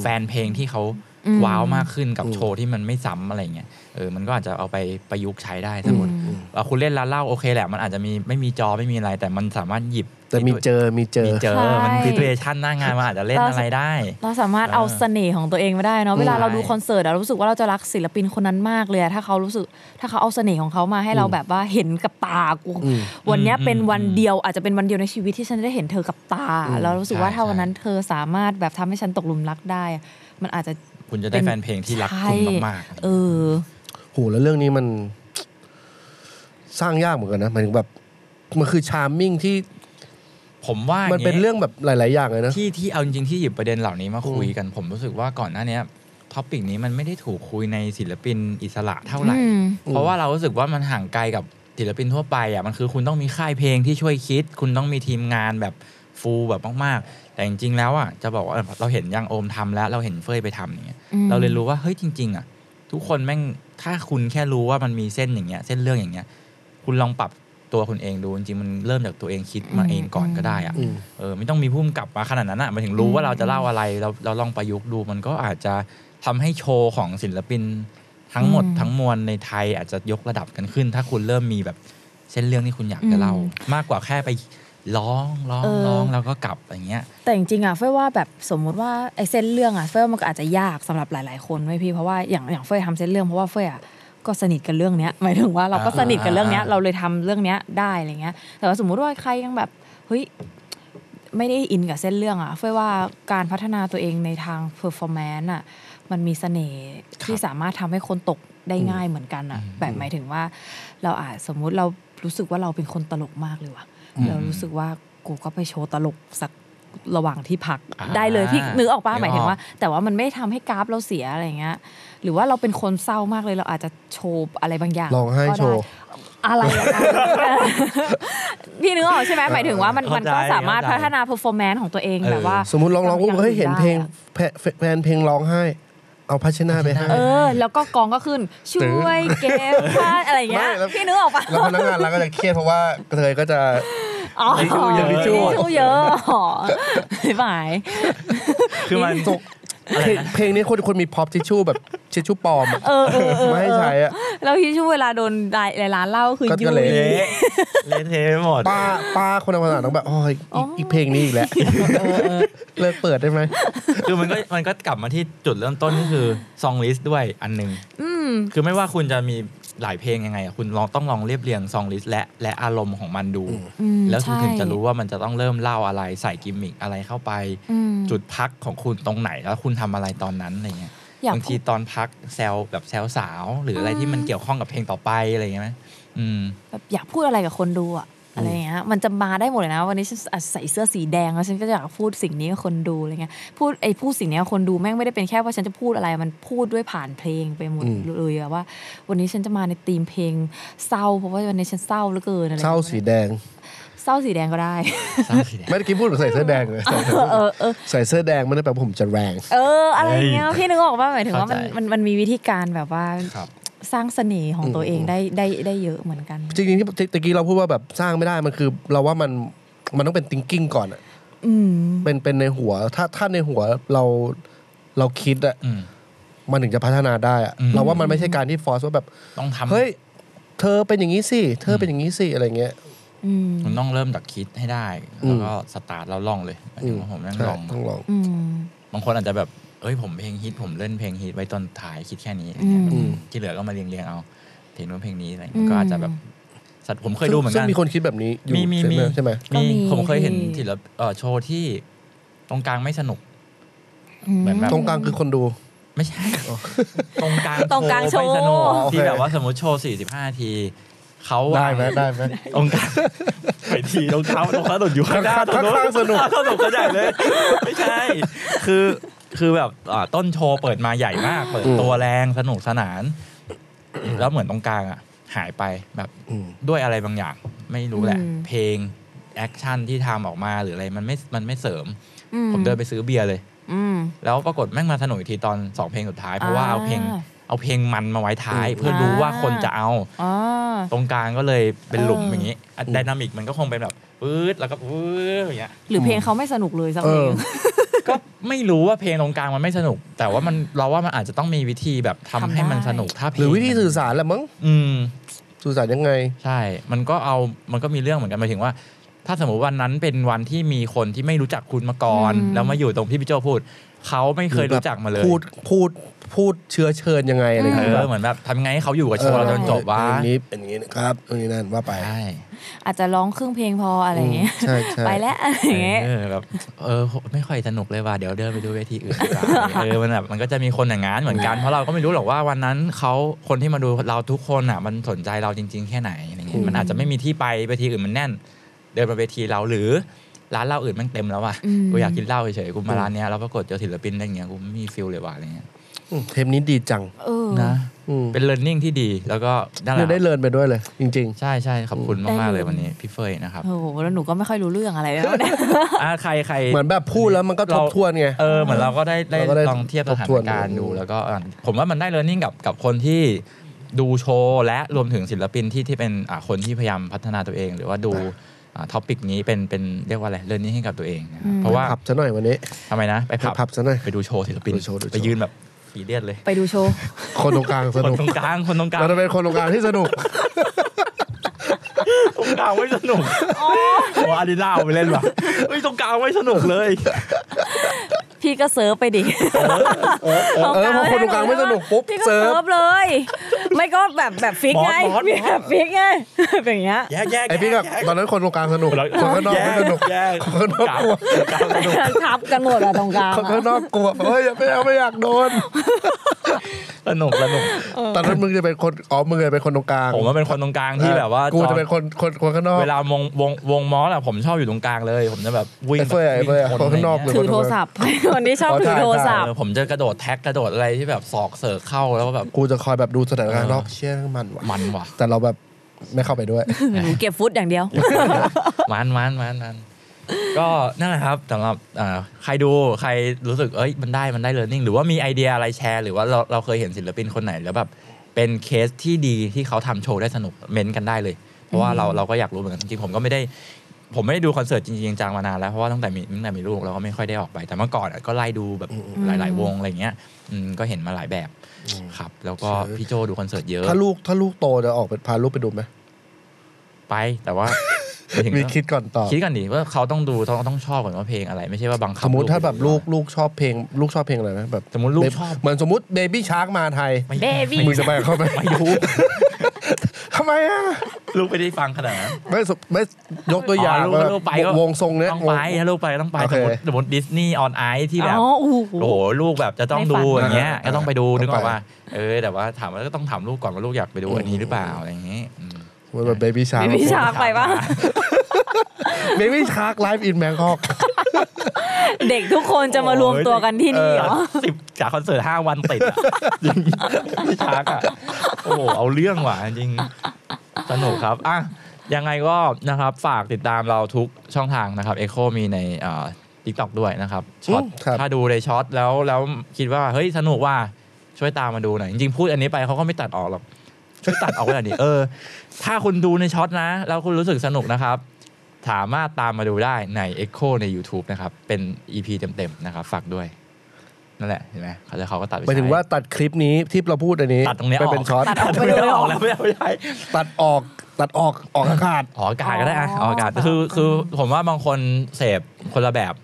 D: แฟนเพลงที่เขา
E: อืม
D: ว้าวมากขึ้นกับ
C: อืม
D: โชว์ที่มันไม่ซ้ำอะไรเงี้ยเออมันก็อาจจะเอาไปประยุกต์ใช้ได้สมมติเอาคุณเล่นร้านเหล้าโอเคแหละ มันอาจจะมีไม่มีจอไม่มีอะไร แต่มันสามารถหยิบ
C: แต่มีเจอมีเจอ
D: มีเจอ
E: ใช่
D: มันซีเ u ชั่นหน้างานมันอาจจะเล่นอะไรได้
E: เราสามารถเอา
D: เออ
E: เสน่ห์ของตัวเองมาได้เนาะเวลาเราดูคอนเสิร์ตอะเรารู้สึกว่าเราจะรักศิลปินคนนั้นมากเลยอะถ้าเขารู้สึกถ้าเขาเอาเสน่ห์ของเขามาให้เราแบบว่าเห็นกับตากู
C: อืม
E: วันเนี้ย
D: อืม
E: เป็นวัน
D: อืม
E: เดียวอาจจะเป็นวันเดียวในชีวิตที่ฉันได้เห็นเธอกับตา แล้วรู้สึกว่า
D: ใช่
E: ถ้าวัน
D: ใช่
E: นั้นเธอสามารถแบบทำให้ฉันตกหลุมรักได้อะมันอาจจะ
D: คุณจะได้
E: เป็น
D: แฟนเพลงที่รักคุณมาก
E: เออ
C: โหแล้วเรื่องนี้มัน สร้างยากเหมือนกันนะหมายถึงแบบ มันคือชาร์มมิ่งที่
D: ๆ ผมว่า
C: มั
D: มัน
C: เป็นเรื่องแบบหลาย ๆ อย่างเลยนะ
D: ที่ที่เอาจริงๆที่หยิบประเด็นเหล่านี้มาคุยกัน ผมรู้สึกว่าก่อนหน้าเนี้ท็อปิกนี้มันไม่ได้ถูกคุยในศิลปินอิสระเท่าไหร่
E: อืม
D: เพราะว่าเรารู้สึกว่ามันห่างไกลกับศิลปินทั่วไปอ่ะมันคือคุณต้องมีค่ายเพลงที่ช่วยคิด คุณต้องมีทีมงานแบบฟูลแบบมากๆ แต่จริงๆแล้วอ่ะจะบอกว่าเออเราเห็นยังโอมทำแล้วเราเห็นเฟยไปทำอย่างเงี้ย
E: อืม
D: เราเลยรู้ว่าเฮ้ยจริง ๆ อ่ะ ทุกคนแม่งถ้าคุณแค่รู้ว่ามันมีเส้นอย่างเงี้ย เส้นเรื่องอย่างเงี้ย คุณลองปรับตัวคุณเองดูจริงๆมันเริ่มจากตัวเองคิดมาเองก่อนก็ได้อ่ะ
C: อืม
D: เออไม่ต้องมีพุ่มกลับมาขนาดนั้นอ่ะหมายถึงรู้ว่าเราจะเล่าอะไรเราเราลองประยุกต์ดูมันก็อาจจะทำให้โชว์ของศิลปินทั้งหมด
E: อืม
D: ทั้งมวลในไทยอาจจะยกระดับกันขึ้น ถ้าคุณเริ่มมีแบบเส้นเรื่องที่คุณอยากจะเล่า
E: อืม
D: มากกว่าแค่ไปร้องร้อง
E: เออ
D: ร้องแล้วก็กลับอย่างเงี้ย
E: แต่จริงๆอะเฟยว่าแบบสมมุติว่าไอ้เส้นเรื่องอะเฟยว่ามันก็อาจจะยากสำหรับหลายๆคนไว้ยพี่เพราะว่าอย่างอย่างเฟยทำเส้นเรื่องเพราะว่าเฟยอะก็สนิทกันเรื่องเนี้ย หมายถึงว่าเราก็
D: อ่า
E: สนิทกันเรื่องเนี้ย
D: อ่า
E: เราเลยทำเรื่องเนี้ยได้อะไรเงี้ย แต่ว่าสมมุติว่าใครยังแบบเฮ้ยไม่ได้อินกับเส้นเรื่องอะเฟยว่าการพัฒนาตัวเองในทางเพอร์ฟอร์แมนซ์อะมันมีเสน่ห์ที่สามารถทำให้คนตกได้ง่ายเหมือนกันอะแบบหมายถึงว่า เราอาจสมมุติเรารู้สึกว่าเราเป็นคนตลกมากเลยว่ะเรารู้สึกว่ากูก็ไปโชว์ตลกสักระหว่างที่พัก
D: อ่า
E: ได้เลยพี่นึกออกป้า
D: นึกออก
E: หมายถึงว่า แต่ว่ามันไม่ได้ทำให้กราฟเราเสียอะไรเงี้ย หรือว่าเราเป็นคนเศร้ามากเลยเราอาจจะโชว์อะไรบางอย่าง
C: ร้องไห้
E: ก็ด้
C: โชว์
E: อะไรอะ คะ พี่นึกออกใช่ไหมหมายถึงว่ามันมันก็
D: เข้าใจ
E: สามารถ
D: เข้าใจ
E: พัฒนา performance ของตัวเอง
D: เออ
E: แบบว่า
C: สมมติร้องร้องปุ๊บเฮ้ยเห็นเพลงแพะแฟนเพลงร้องไห้ เอาพัชนะไปให้
E: เออ แล้วก็กองก็ขึ้นช่วยเก็บผ้าอะไรเงี้ย
C: ไม่แล้ว
E: พี่นึกออกปะ
C: แล้วพนักงานร้านก็จะเครียดเพราะว่ากระเทยก็จะ
E: อ๋อ
D: ทิชชู่เยอะ
E: ทิชชู่เยอะอ๋อบ๊ายบาย
D: คือมัน
C: ตกเพลงเพลงนี้คนคนมีพ o อปทิชชู่แบบทิชชู่ปลอมอะ
E: เออเออเออ
C: ไม่ให้ใช้อะ
E: แล้วทิชชู่เวลาโดนรายร้านเหล้าคือ
C: ก็
E: ยุ่
C: ก็เละ
E: ย
D: เละเละเทะไปหมด
C: ป้าป้าคนทำงานต้องแบบอ๋ออีก
E: อ๋ออี
C: อีกเพลงนี้อีกแล้วเลิกเปิดได้ไหม
D: คือมันก็มันก็กลับมาที่จุดเริ่มต้นก็คือซองลิสต์ด้วยอันหนึ่ง
E: อืม
D: คือไม่ว่าคุณจะมีหลายเพลงยังไงอะคุณลองต้องลองเรียบเรียงซองลิสต์และและอารมณ์ของมันดู
E: อืม
D: แล้วคุณถึงจะ
E: ใช่
D: รู้ว่ามันจะต้องเริ่มเล่าอะไรใส่กิมมิกอะไรเข้าไป
E: อืม
D: จุดพักของคุณตรงไหนแล้วคุณทำอะไรตอนนั้นอะไรเงี้ย
E: อยาก
D: บางทีตอนพักแซวแบบแซวสาว หรืออะไร
E: อืม
D: ที่มันเกี่ยวข้องกับเพลงต่อไปอะไรเงี้ยไหมอืม
E: แบบอยากพูดอะไรกับคนดูอะอะไรอย่างเงี้ยมันจะมาได้หมดเลยนะ วันนี้ฉันอาจจะใส่เสื้อสีแดงแล้วฉันก็อยากพูดสิ่งนี้กับคนดูอะไรเงี้ยพูดไอ้พูดสิ่งนี้กับคนดูแม่งไม่ได้เป็นแค่ว่าฉันจะพูดอะไรมันพูดด้วยผ่านเพลงไปหมด
C: อืม
E: เลยอะว่า วันนี้ฉันจะมาในธีมเพลงเศร้าเพราะว่าวันนี้ฉันเศร้าเหลือเกินอะไร
C: เศร้าสีแดง
E: เศร้าสีแดงก็ได้
C: ไม่ได้กินพูดถึงใส่เสื้อแดงเลยใส่เสื้อ
E: เออเออ
C: ใส่เสื้อแดงไม่ได้แปลว่าผมจะแรง
E: เอออะไรเงี้ยพี่นึกออกป่ะหมายถึงว่ามัน
D: เข้าใจ
E: มันมันมีวิธีการแบบว่า
D: ครับ
E: สร้างเสน่ห์ของตัวเองได้ได้ได้เยอะเหมือนกัน
C: จริงๆที่ตะกี้เราพูดว่าแบบสร้างไม่ได้มันคือ เราว่ามันมันต้องเป็น thinking ก่อนอะ
E: อืม
C: เป็นเป็นในหัว ถ้าถ้าในหัวเราเราคิดอะ
D: อืม
C: มันถึงจะพัฒนาได้อะ
D: อืม
C: เราว่ามันไม่ใช่การที่ฟอร์สว่าแบบ
D: ต้องทำ
C: เฮ้ย เธอเป็นอย่างนี้สิ เธอเป็นอย่างนี้สิอะไรเงี้ย
E: อืม
D: คุณต้องเริ่มจากคิดให้ได้
C: อืม
D: แล้วก็สตาร์ทแล้วลองเลยหมายถึงว่าผมนั่ง
C: ใช่
D: ลอง
C: ต้องลอง
E: อืม
D: บางคนอาจจะแบบเอ้ยผมเพลงฮิตผมเล่นเพลงฮิตไว้ตอนท้ายคิดแค่นี้
E: อืม
C: อืม
D: ที่เหลือก็มาเรียงเรียงๆเอาเพลงนู้นเพลงนี้อะไรเงี้ยก็อาจจะแบบสัตว์ผมเคยดูเหมือน
C: ซึ่
D: กั
C: ง
D: น
C: มีคนคิดแบบนี้อยู่
D: มีมี
C: ใช่
D: มี
C: ไหมใช่ไหม
E: ก็
D: มี
E: มี
D: ผมเคยเห็น
E: ที่
D: ศิลปเอ่อโชว์ที่ตรงกลางไม่สนุก
E: อืม
D: เหมือนแบบ
C: ตรงกลางคือคนดู
D: ไม่ใช่ ตรงกลาง
E: ตรงกลางโชว์
D: ไม่สนุก
C: อ๋อโอเค
D: ที่แบบว่าสมมติโชว์ 45 นาที เขาวาง
C: ได้ไหมได้ไหม
D: ตรงกลางไปทีตรงเท้าตรงเท้าหลุดอยู่ข้างหน้าตรง
C: ข้างๆสนุก
D: ข้างๆสนุกเขาใหญ่เลย ไม่ใช่ คือคือแบบอ่าต้นโชว์เปิดมาใหญ่มาก เปิดตัวแรงสนุกสนาน แล้วเหมือนตรงกลางอ่ะ หายไปแบบ
C: อืม
D: ด้วยอะไรบางอย่างไม่รู้แหละ
E: อืม
D: เพลงแอคชั่นที่ทำออกมาหรืออะไรมันไม่มันไม่เสริม
E: อื
D: ผมเดินไปซื้อเบียร์เลย
E: อืม
D: แล้วปรากฏแม่งมาสนุกอีกทีตอนสองเพลงสุดท้าย เพราะว่า
E: อ่า
D: เอาเพลงเอาเพลงมันมาไว้ท้าย
C: อืม
D: เพื่อรู้ว่า
E: อ่า
D: คนจะเอา
E: อ๋อ
D: ตรงกลางก็เลยเป็นหลุม
E: เออ
D: อ
E: อ
D: ย่างนี้ดินามิกมันก็คงเป็นแบบปื๊ดแล้วก็ปื๊ดอย่างเงี้ย
E: หรือเพลงเขาไม่สนุกเลยสักเพลง
C: เอ อ
D: ก็ ไม่รู้ว่าเพลงตรงกลางมันไม่สนุก แต่ว่ามันเราว่ามันอาจจะต้องมีวิธีแบบทำ
E: ทำ
D: ให้มัน
E: ได้
D: สนุกถ้าเพลง
C: หรือวิธีสื่อสารแหละมั้ง
D: อืม
C: สื่อสารยังไง
D: ใช่ มันก็เอา มันก็มีเรื่องเหมือนกันหมายถึงว่า ถ้าสมมติวันนั้นเป็นวันที่มีคนที่ไม่รู้จักคุณมาก่อน
E: อืม
D: แล้วมาอยู่ตรงที่พี่โจพูด เขาไม่เคยรู้จักมาเลย
C: พูดพูดพูดเชื้อเชิญยังไงอะไรอย่าง
D: เอ
C: เงี้ย
D: อเหมือนแบบทำไงให้เขาอยู่กับโชว์เราจนจบวะ
C: เอออย่างนี้เป็นอย่างนี้นะครับตรงนี้นั่นว่าไป
D: ใช่
E: อาจจะร้องครึ่งเพลงพออะไรอย่างเงี้ย
C: ใช่ใช่
E: ไปแล้วอะไรอย่างเงี้ย
D: เออแบบเออไม่ค่อยสนุกเลยว่ะเดี๋ยวเดินไปดูเวทีอื่นดีกว่าเออมันแบบมันก็จะมีคนอย่างนั้นเหมือนกันเพราะเราก็ไม่รู้หรอกว่าวันนั้นเขาคนที่มาดูเราทุกคนอ่ะ มันสนใจเราจริง ๆ แค่ไหนอะไรเงี้ยมันอาจจะไม่มีที่ไปเวทีอื่นมันแน่น เดินมาเวทีเราหรือ ร้านเหล้าอื่นแมันเต็มแล้วว่ะ
E: อืม
D: กูอยากกินเหล้าเฉยๆ กูมาร้านเนี้ยแล้วปรากฏเจอศิลปินอะไรเงี้ย กูไม่มีฟิลเลยว่ะอะไรเงี้ย
C: อืมเทปนี้ดีจัง
E: เออ
D: นะ
C: อืม
D: เป็น learning ที่ดี แล้วก็นั่นแห
C: เนี่ยได้
D: ละ
C: เลินไปด้วยเลย จริง
D: ใช่ใช่ขอบคุณ
E: ได้
D: มากๆเล
E: เรี
D: ยย
E: น
D: วันนี้พี่เฟยนะครับ
E: โอ้โหแล้วหนูก็ไม่ค่อยรู้เรื่องอะไรแล้ว เนี่ย
D: อ่ะใครใคร
C: ๆ เหมือนแบบพูดแล้วมันก็ทบทวนไง
D: เออเหมือนเราก็ได้ได้
C: เราก็ได้
D: ลองเทียบสถา
C: ทบทวน
D: นการณ์ดู
C: ดู
D: แล้วก็อ่ะผมว่ามันได้ learning กับกับคนที่ดูโชว์และรวมถึงศิลปินที่ที่เป็นอ่ะคนที่พยายามพัฒนาตัวเอง หรือว่าดูท็อปิกนี้เป็นเป็นเรียกว่าอะไร learning ให้กับตัวเองนะครับเพราะว่า
C: ผับซะหน่อยวันนี้
D: ทำไมนะไป
C: ไปผั
D: ผั
C: บบ ซะหน่อย
D: ไปดูโชว์ศิลปิน
C: ดูโชว์ดูโชว์
D: ไปยืนแบบสีเลียดเลย
E: ไปดูโชว์
C: คนตรงกลางส
D: คน
C: นุก
D: ตรงกลางคนตรงกลาง
C: เราจะเป็นคนตรงกลางที่สนุก
D: ตรงกลางไม่สนุกโอ้อาริล่าเอาไปเล่นหรอเฮ้ยตรงกลางไม่สนุกเลย
E: พี่ก็เซิร์ฟไปดิ
C: เออเออพอคนตรงกลางไม่สนุกปุ๊บ
E: พี่ก็
C: เซิ
E: เซิ
C: ร์ฟ
E: ร์ฟเลย ไม่ก็แบบแบบฟิกไง
D: บอสบอส
E: แบบฟิกไง แบบอย่างเงี้ย
D: แยกแยก
C: ไอพี่แบบตอนนั้นคนตรงกลางสนุก คนข้างนอกไม่สนุก
D: แยก
C: คนข้างนอกกลัว
E: ทับกันหมดอะตรงกลาง
C: คน
E: อะ
C: ข้างนอกกลัวเฮ้ยอย่าไม่เอาไม่อยากโดน
D: สนุกสนุก
C: ตอนนั้นมึงจะเป็นคนอ๋อมึงจะเป็นคนตรงกลาง
D: ผมว่าเป็นคนตรงกลางที่แบบว่า
C: กูจะเป็นคนคนคนข้างนอก
D: เวลาวงวงวงมอสอะผมชอบอยู่ตรงกลางเลย ผมจะแบบวิ่ง
C: ไอเฟยอะไอเฟยอะ
D: วิ่งช
C: คนข้างนอกหรือ
E: ถื
C: ค
E: อน
C: ต
E: โท
C: รง
E: ร
C: กลาง
E: ศัพท์ คนที่ชอบ
C: อ๋อ
E: ถือ
C: ถ่าย
E: โทรศัพ
D: เอ
E: ท์
D: อผมจะกระโดดแท็กกระโดดอะไรที่แบบศอกเสิร์ฟเข้าแล้วแบบ
C: กูจะคอยแบบดูสถานการณ์นอกเชี่ยมันว่ะ
D: มันว่ะ
C: แต่เราแบบไม่เข้าไป ด้วย
E: หนูเก็บฟุตอย่างเดียว
D: มันมันมันมันก็นั่นแหละครับสำหรับอ่าใครดูใครรู้สึกเอ้ยมันได้มันได้เลิร์นนิ่งหรือว่ามีไอเดียอะไรแชร์ หรือว่าเราเราเคยเห็นศิลปินคนไหนแล้วแบบเป็นเคสที่ดีที่เขาทำโชว์ได้สนุกเม้นต์กันได้เลย เพราะว่าเราเราก็อยากรู้เหมือนกันจริงๆผมก็ไม่ได้ ผมไม่ได้ดูคอนเสิร์ตจริงๆจังมานานแล้ว เพราะว่าตั้งแต่มีตั้งแต่มีลูกเราก็ไม่ค่อยได้ออกไป แต่เมื่อก่อนอะก็ไล่ดูแบบหลาย ๆ วงอะไรเงี้ยอืมก็เห็นมาหลายแบบครับ แล้วก็
C: ใช่
D: พี่โจดูคอนเสิร์ตเยอะ
C: ถ้าลูกถ้าลูกโตจะออกไปพาลูกไปดูไหม
D: ไปแต่ ว่าหายถึง
C: มี
D: ว่า
C: คิดก่อนต่อบ
D: คิดกันดิว่าเขาต้องดูต้องต้องชอบก่อนว่าเพลงอะไร ไม่ใช่ว่าบังคับ
C: สมมติถ้าแบบลูก
D: ไปดู
C: ลูกชอบเพลง ลูกชอบเพลงอะไรนะแบบ
D: สมมุติลูกชอบ
C: เหมือนสมมติเบบี้ชาร์กมาไทย
D: ไม่
E: Baby
C: มึงจะไปกับเขาไหม
D: ไม่รู้
C: ทำไมอ่ะ
D: ลูกไม่ได้ฟังขนาดนั้น
C: ไม่สมไม่ยกตัวอย่าง
D: ลูก
C: ว่า
D: ลูกไปก็
C: วงทรงเนี้ย
D: ต้องไปถ้าลูกไปก็ต้องไป
C: โอ
D: ส
C: เค
D: มมติสมมติดิสนีย์ออนไอที่แบบ
E: อ๋ออู้หู
D: โอ้โหลูกแบบจะต้องดู
E: ในฝัน
D: อย่างเงี้ย
C: อ่า
D: ก็ต้องไปดูนึ
C: ต้องไป
D: กออกว่าเออแต่ว่าถามว่าก็ต้องถามลูกก่อนว่าลูกอยากไปดูอันนี้หรือเปล่าอะไรอย่างเงี้ยอืม
C: วงแบบเบบี้ชาร์ก
E: เบบี้ ชาร์กไปปะ
C: เบบี้ชาร์กไลฟ์อินแมงคอก
E: เด็กทุกคนจะมารวมตัวกันที่นี่เหรอ
D: สิบจากคอนเสิร์ตห้าวันติดอะจริงพี่ชาร์กอะโอ้โหเอาเรื่องว่ะจริง สนุกครับอ่ะยังไงก็นะครับฝากติดตามเราทุกช่องทางนะครับ Echo มีในทิกตอกด้วยนะครับช็อตถ้าดูในช็อตแล้วแล้วคิดว่าเฮ้ยสนุกว่าช่วยตามมาดูหน่อยจริงๆพูดอันนี้ไปเขาก็ไม่ตัดออกหรอกช่วยตัดออกไว้หน่อยดิเออ ถ้าคุณดูในช็อตนะ แล้วคุณรู้สึกสนุกนะครับ สามารถตามมาดูได้ใน Echo ใน YouTube นะครับ เป็น EP เต็มๆนะครับฝากด้วย นั่นแหละเห็นไหมเขาจะเขาก็ตัด
C: หมายถึงว่าตัดคลิปนี้ที่เราพูดอันนี้
D: ตัดตรงนี้อ
C: ไป
D: อก
C: เป็นช็อต
E: ตัดออกไป
D: ไม่
E: เล
D: ได้อ
E: ยเหร
D: อ
E: อ
D: กแล้วไม่ได้ไม่ได้
C: ตัดออกตัดออกออกอากาศ
D: อ๋ออากาศก็ได้อะ
E: อ๋อ
D: อ๋ออากาศ
E: อากาศ
D: คือคือผมว่าบางคนเสพคนละแบบ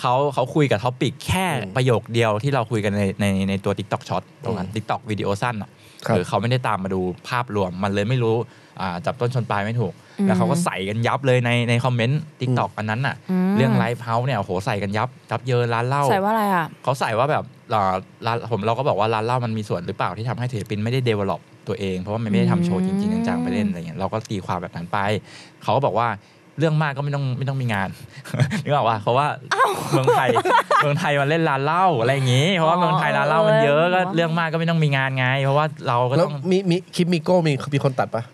D: เขาเขาคุยกับท็อปิกแค่ประโยคเดียวที่เราคุยกันในในในตัว TikTok ช็อตตรงนั้น TikTok วิดีโอสั้นอ่ะ
C: ครับ
D: คือเขาไม่ได้ตามมาดูภาพรวม มันเลยไม่รู้อ่าจับต้นชนปลายไม่ถูก แล้วเขาก็ใส่กันยับเลยในในคอมเมนต์ TikTok อันนั้นน่ะ เรื่องไลฟ์เฮาส์เนี่ยโอ้โหใส่กันยับยับเยินร้านเหล้า
E: ใส่ว่าอะไรอ่ะ
D: เขาใส่ว่าแบบเอ่อร้านผมเราก็บอกว่าร้านเหล้ามันมีส่วนหรือเปล่าที่ทำให้ศิลปินไม่ได้ develop ตัวเอง เพราะว่ามันไม่ได้ทำโชว์จริงๆจังๆไปเล่นอะไรเงี้ยเราก็ตีความแบบนั้นไป เขาก็บอกว่าเรื่องมากก็ไม่ต้องไม่ต้องมีงาน นึกออกว่าเพราะว่าเมืองไทยเมืองไทยมาเล่นร้านเหล้าอะไรอย่างงี้ เพราะว่าเมืองไทยร้านเหล้ามันเยอะก็เรื่องมากก็ไม่ต้องมีงานไง เพราะว่าเราก็
C: แล้ว
D: ต้อง
C: มีมีคลิปมิโก้มีมีคนตัดปะ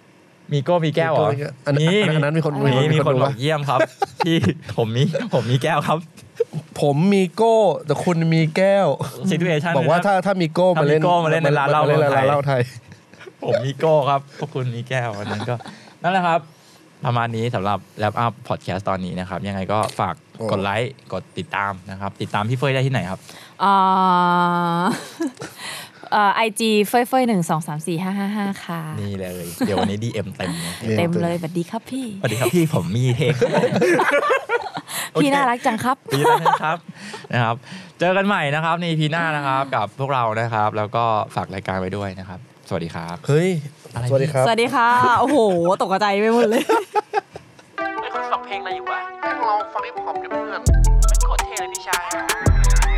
D: มีโก้มีแก้วเหรอ
C: อันนั้นอันนั้นอันนั้นมีคน
D: มี
C: มี
D: มี
C: คน
D: คน
C: ดู
D: บอ
C: ปะ
D: กเยี่ยมครับที่ผมมีผมมีแก้วครับ
C: ผมมีโก้แต่คุณมีแก้ว
D: ซิทูเอชั่น
C: บอกว่าถ้าถ้ามีโก้มาเล่น
D: ถ้ามีโก้มาเล่นในร้านเหล้า
C: มเล่นในร้านเหล้าไทย
D: ผมมีโก้ครับ พวกคุณมีแก้วอันนั้นก็ นั่นแหละครับ ประมาณนี้สำหรับแ a ปอัพพอดแคสต์ตอนนี้นะครับ ยังไงก็ฝากกดไลค์กดติดตามนะครับ ติดตามพี่เฟยได้ที่ไหนครับ
E: ไอจี เฟยเฟยหนึ่งสองสามสี่ห้าห้าห้าค่ะ
D: นี่เลย เดี๋ยววันนี้ DM เต็มเลย
C: นี่
E: เต็มเลยสวัสดีครับพี่
D: สวัสดีครับพี่ผมมี เทคครับผม
E: พี่น่ารักจังครับ
D: ปีแล้วนะครับ นะครับ เจอกันใหม่นะครับในพีหน้านะครับกับพวกเรานะครับ แล้วก็ฝากรายการไว้ด้วยนะครับ สวัสดีครับ
C: เฮ้ย
D: อะไร
C: สวัสดีครับ
E: สวัสดีค่ะ โอ้โห ตกใจไปหมดเลย
B: ไม่คุณฟังเพลงอะไรอยู่วะแม่งลองฟังฮิปฮอปดิเพื่อนไม่งโคตรเท่เลยพี่ชาย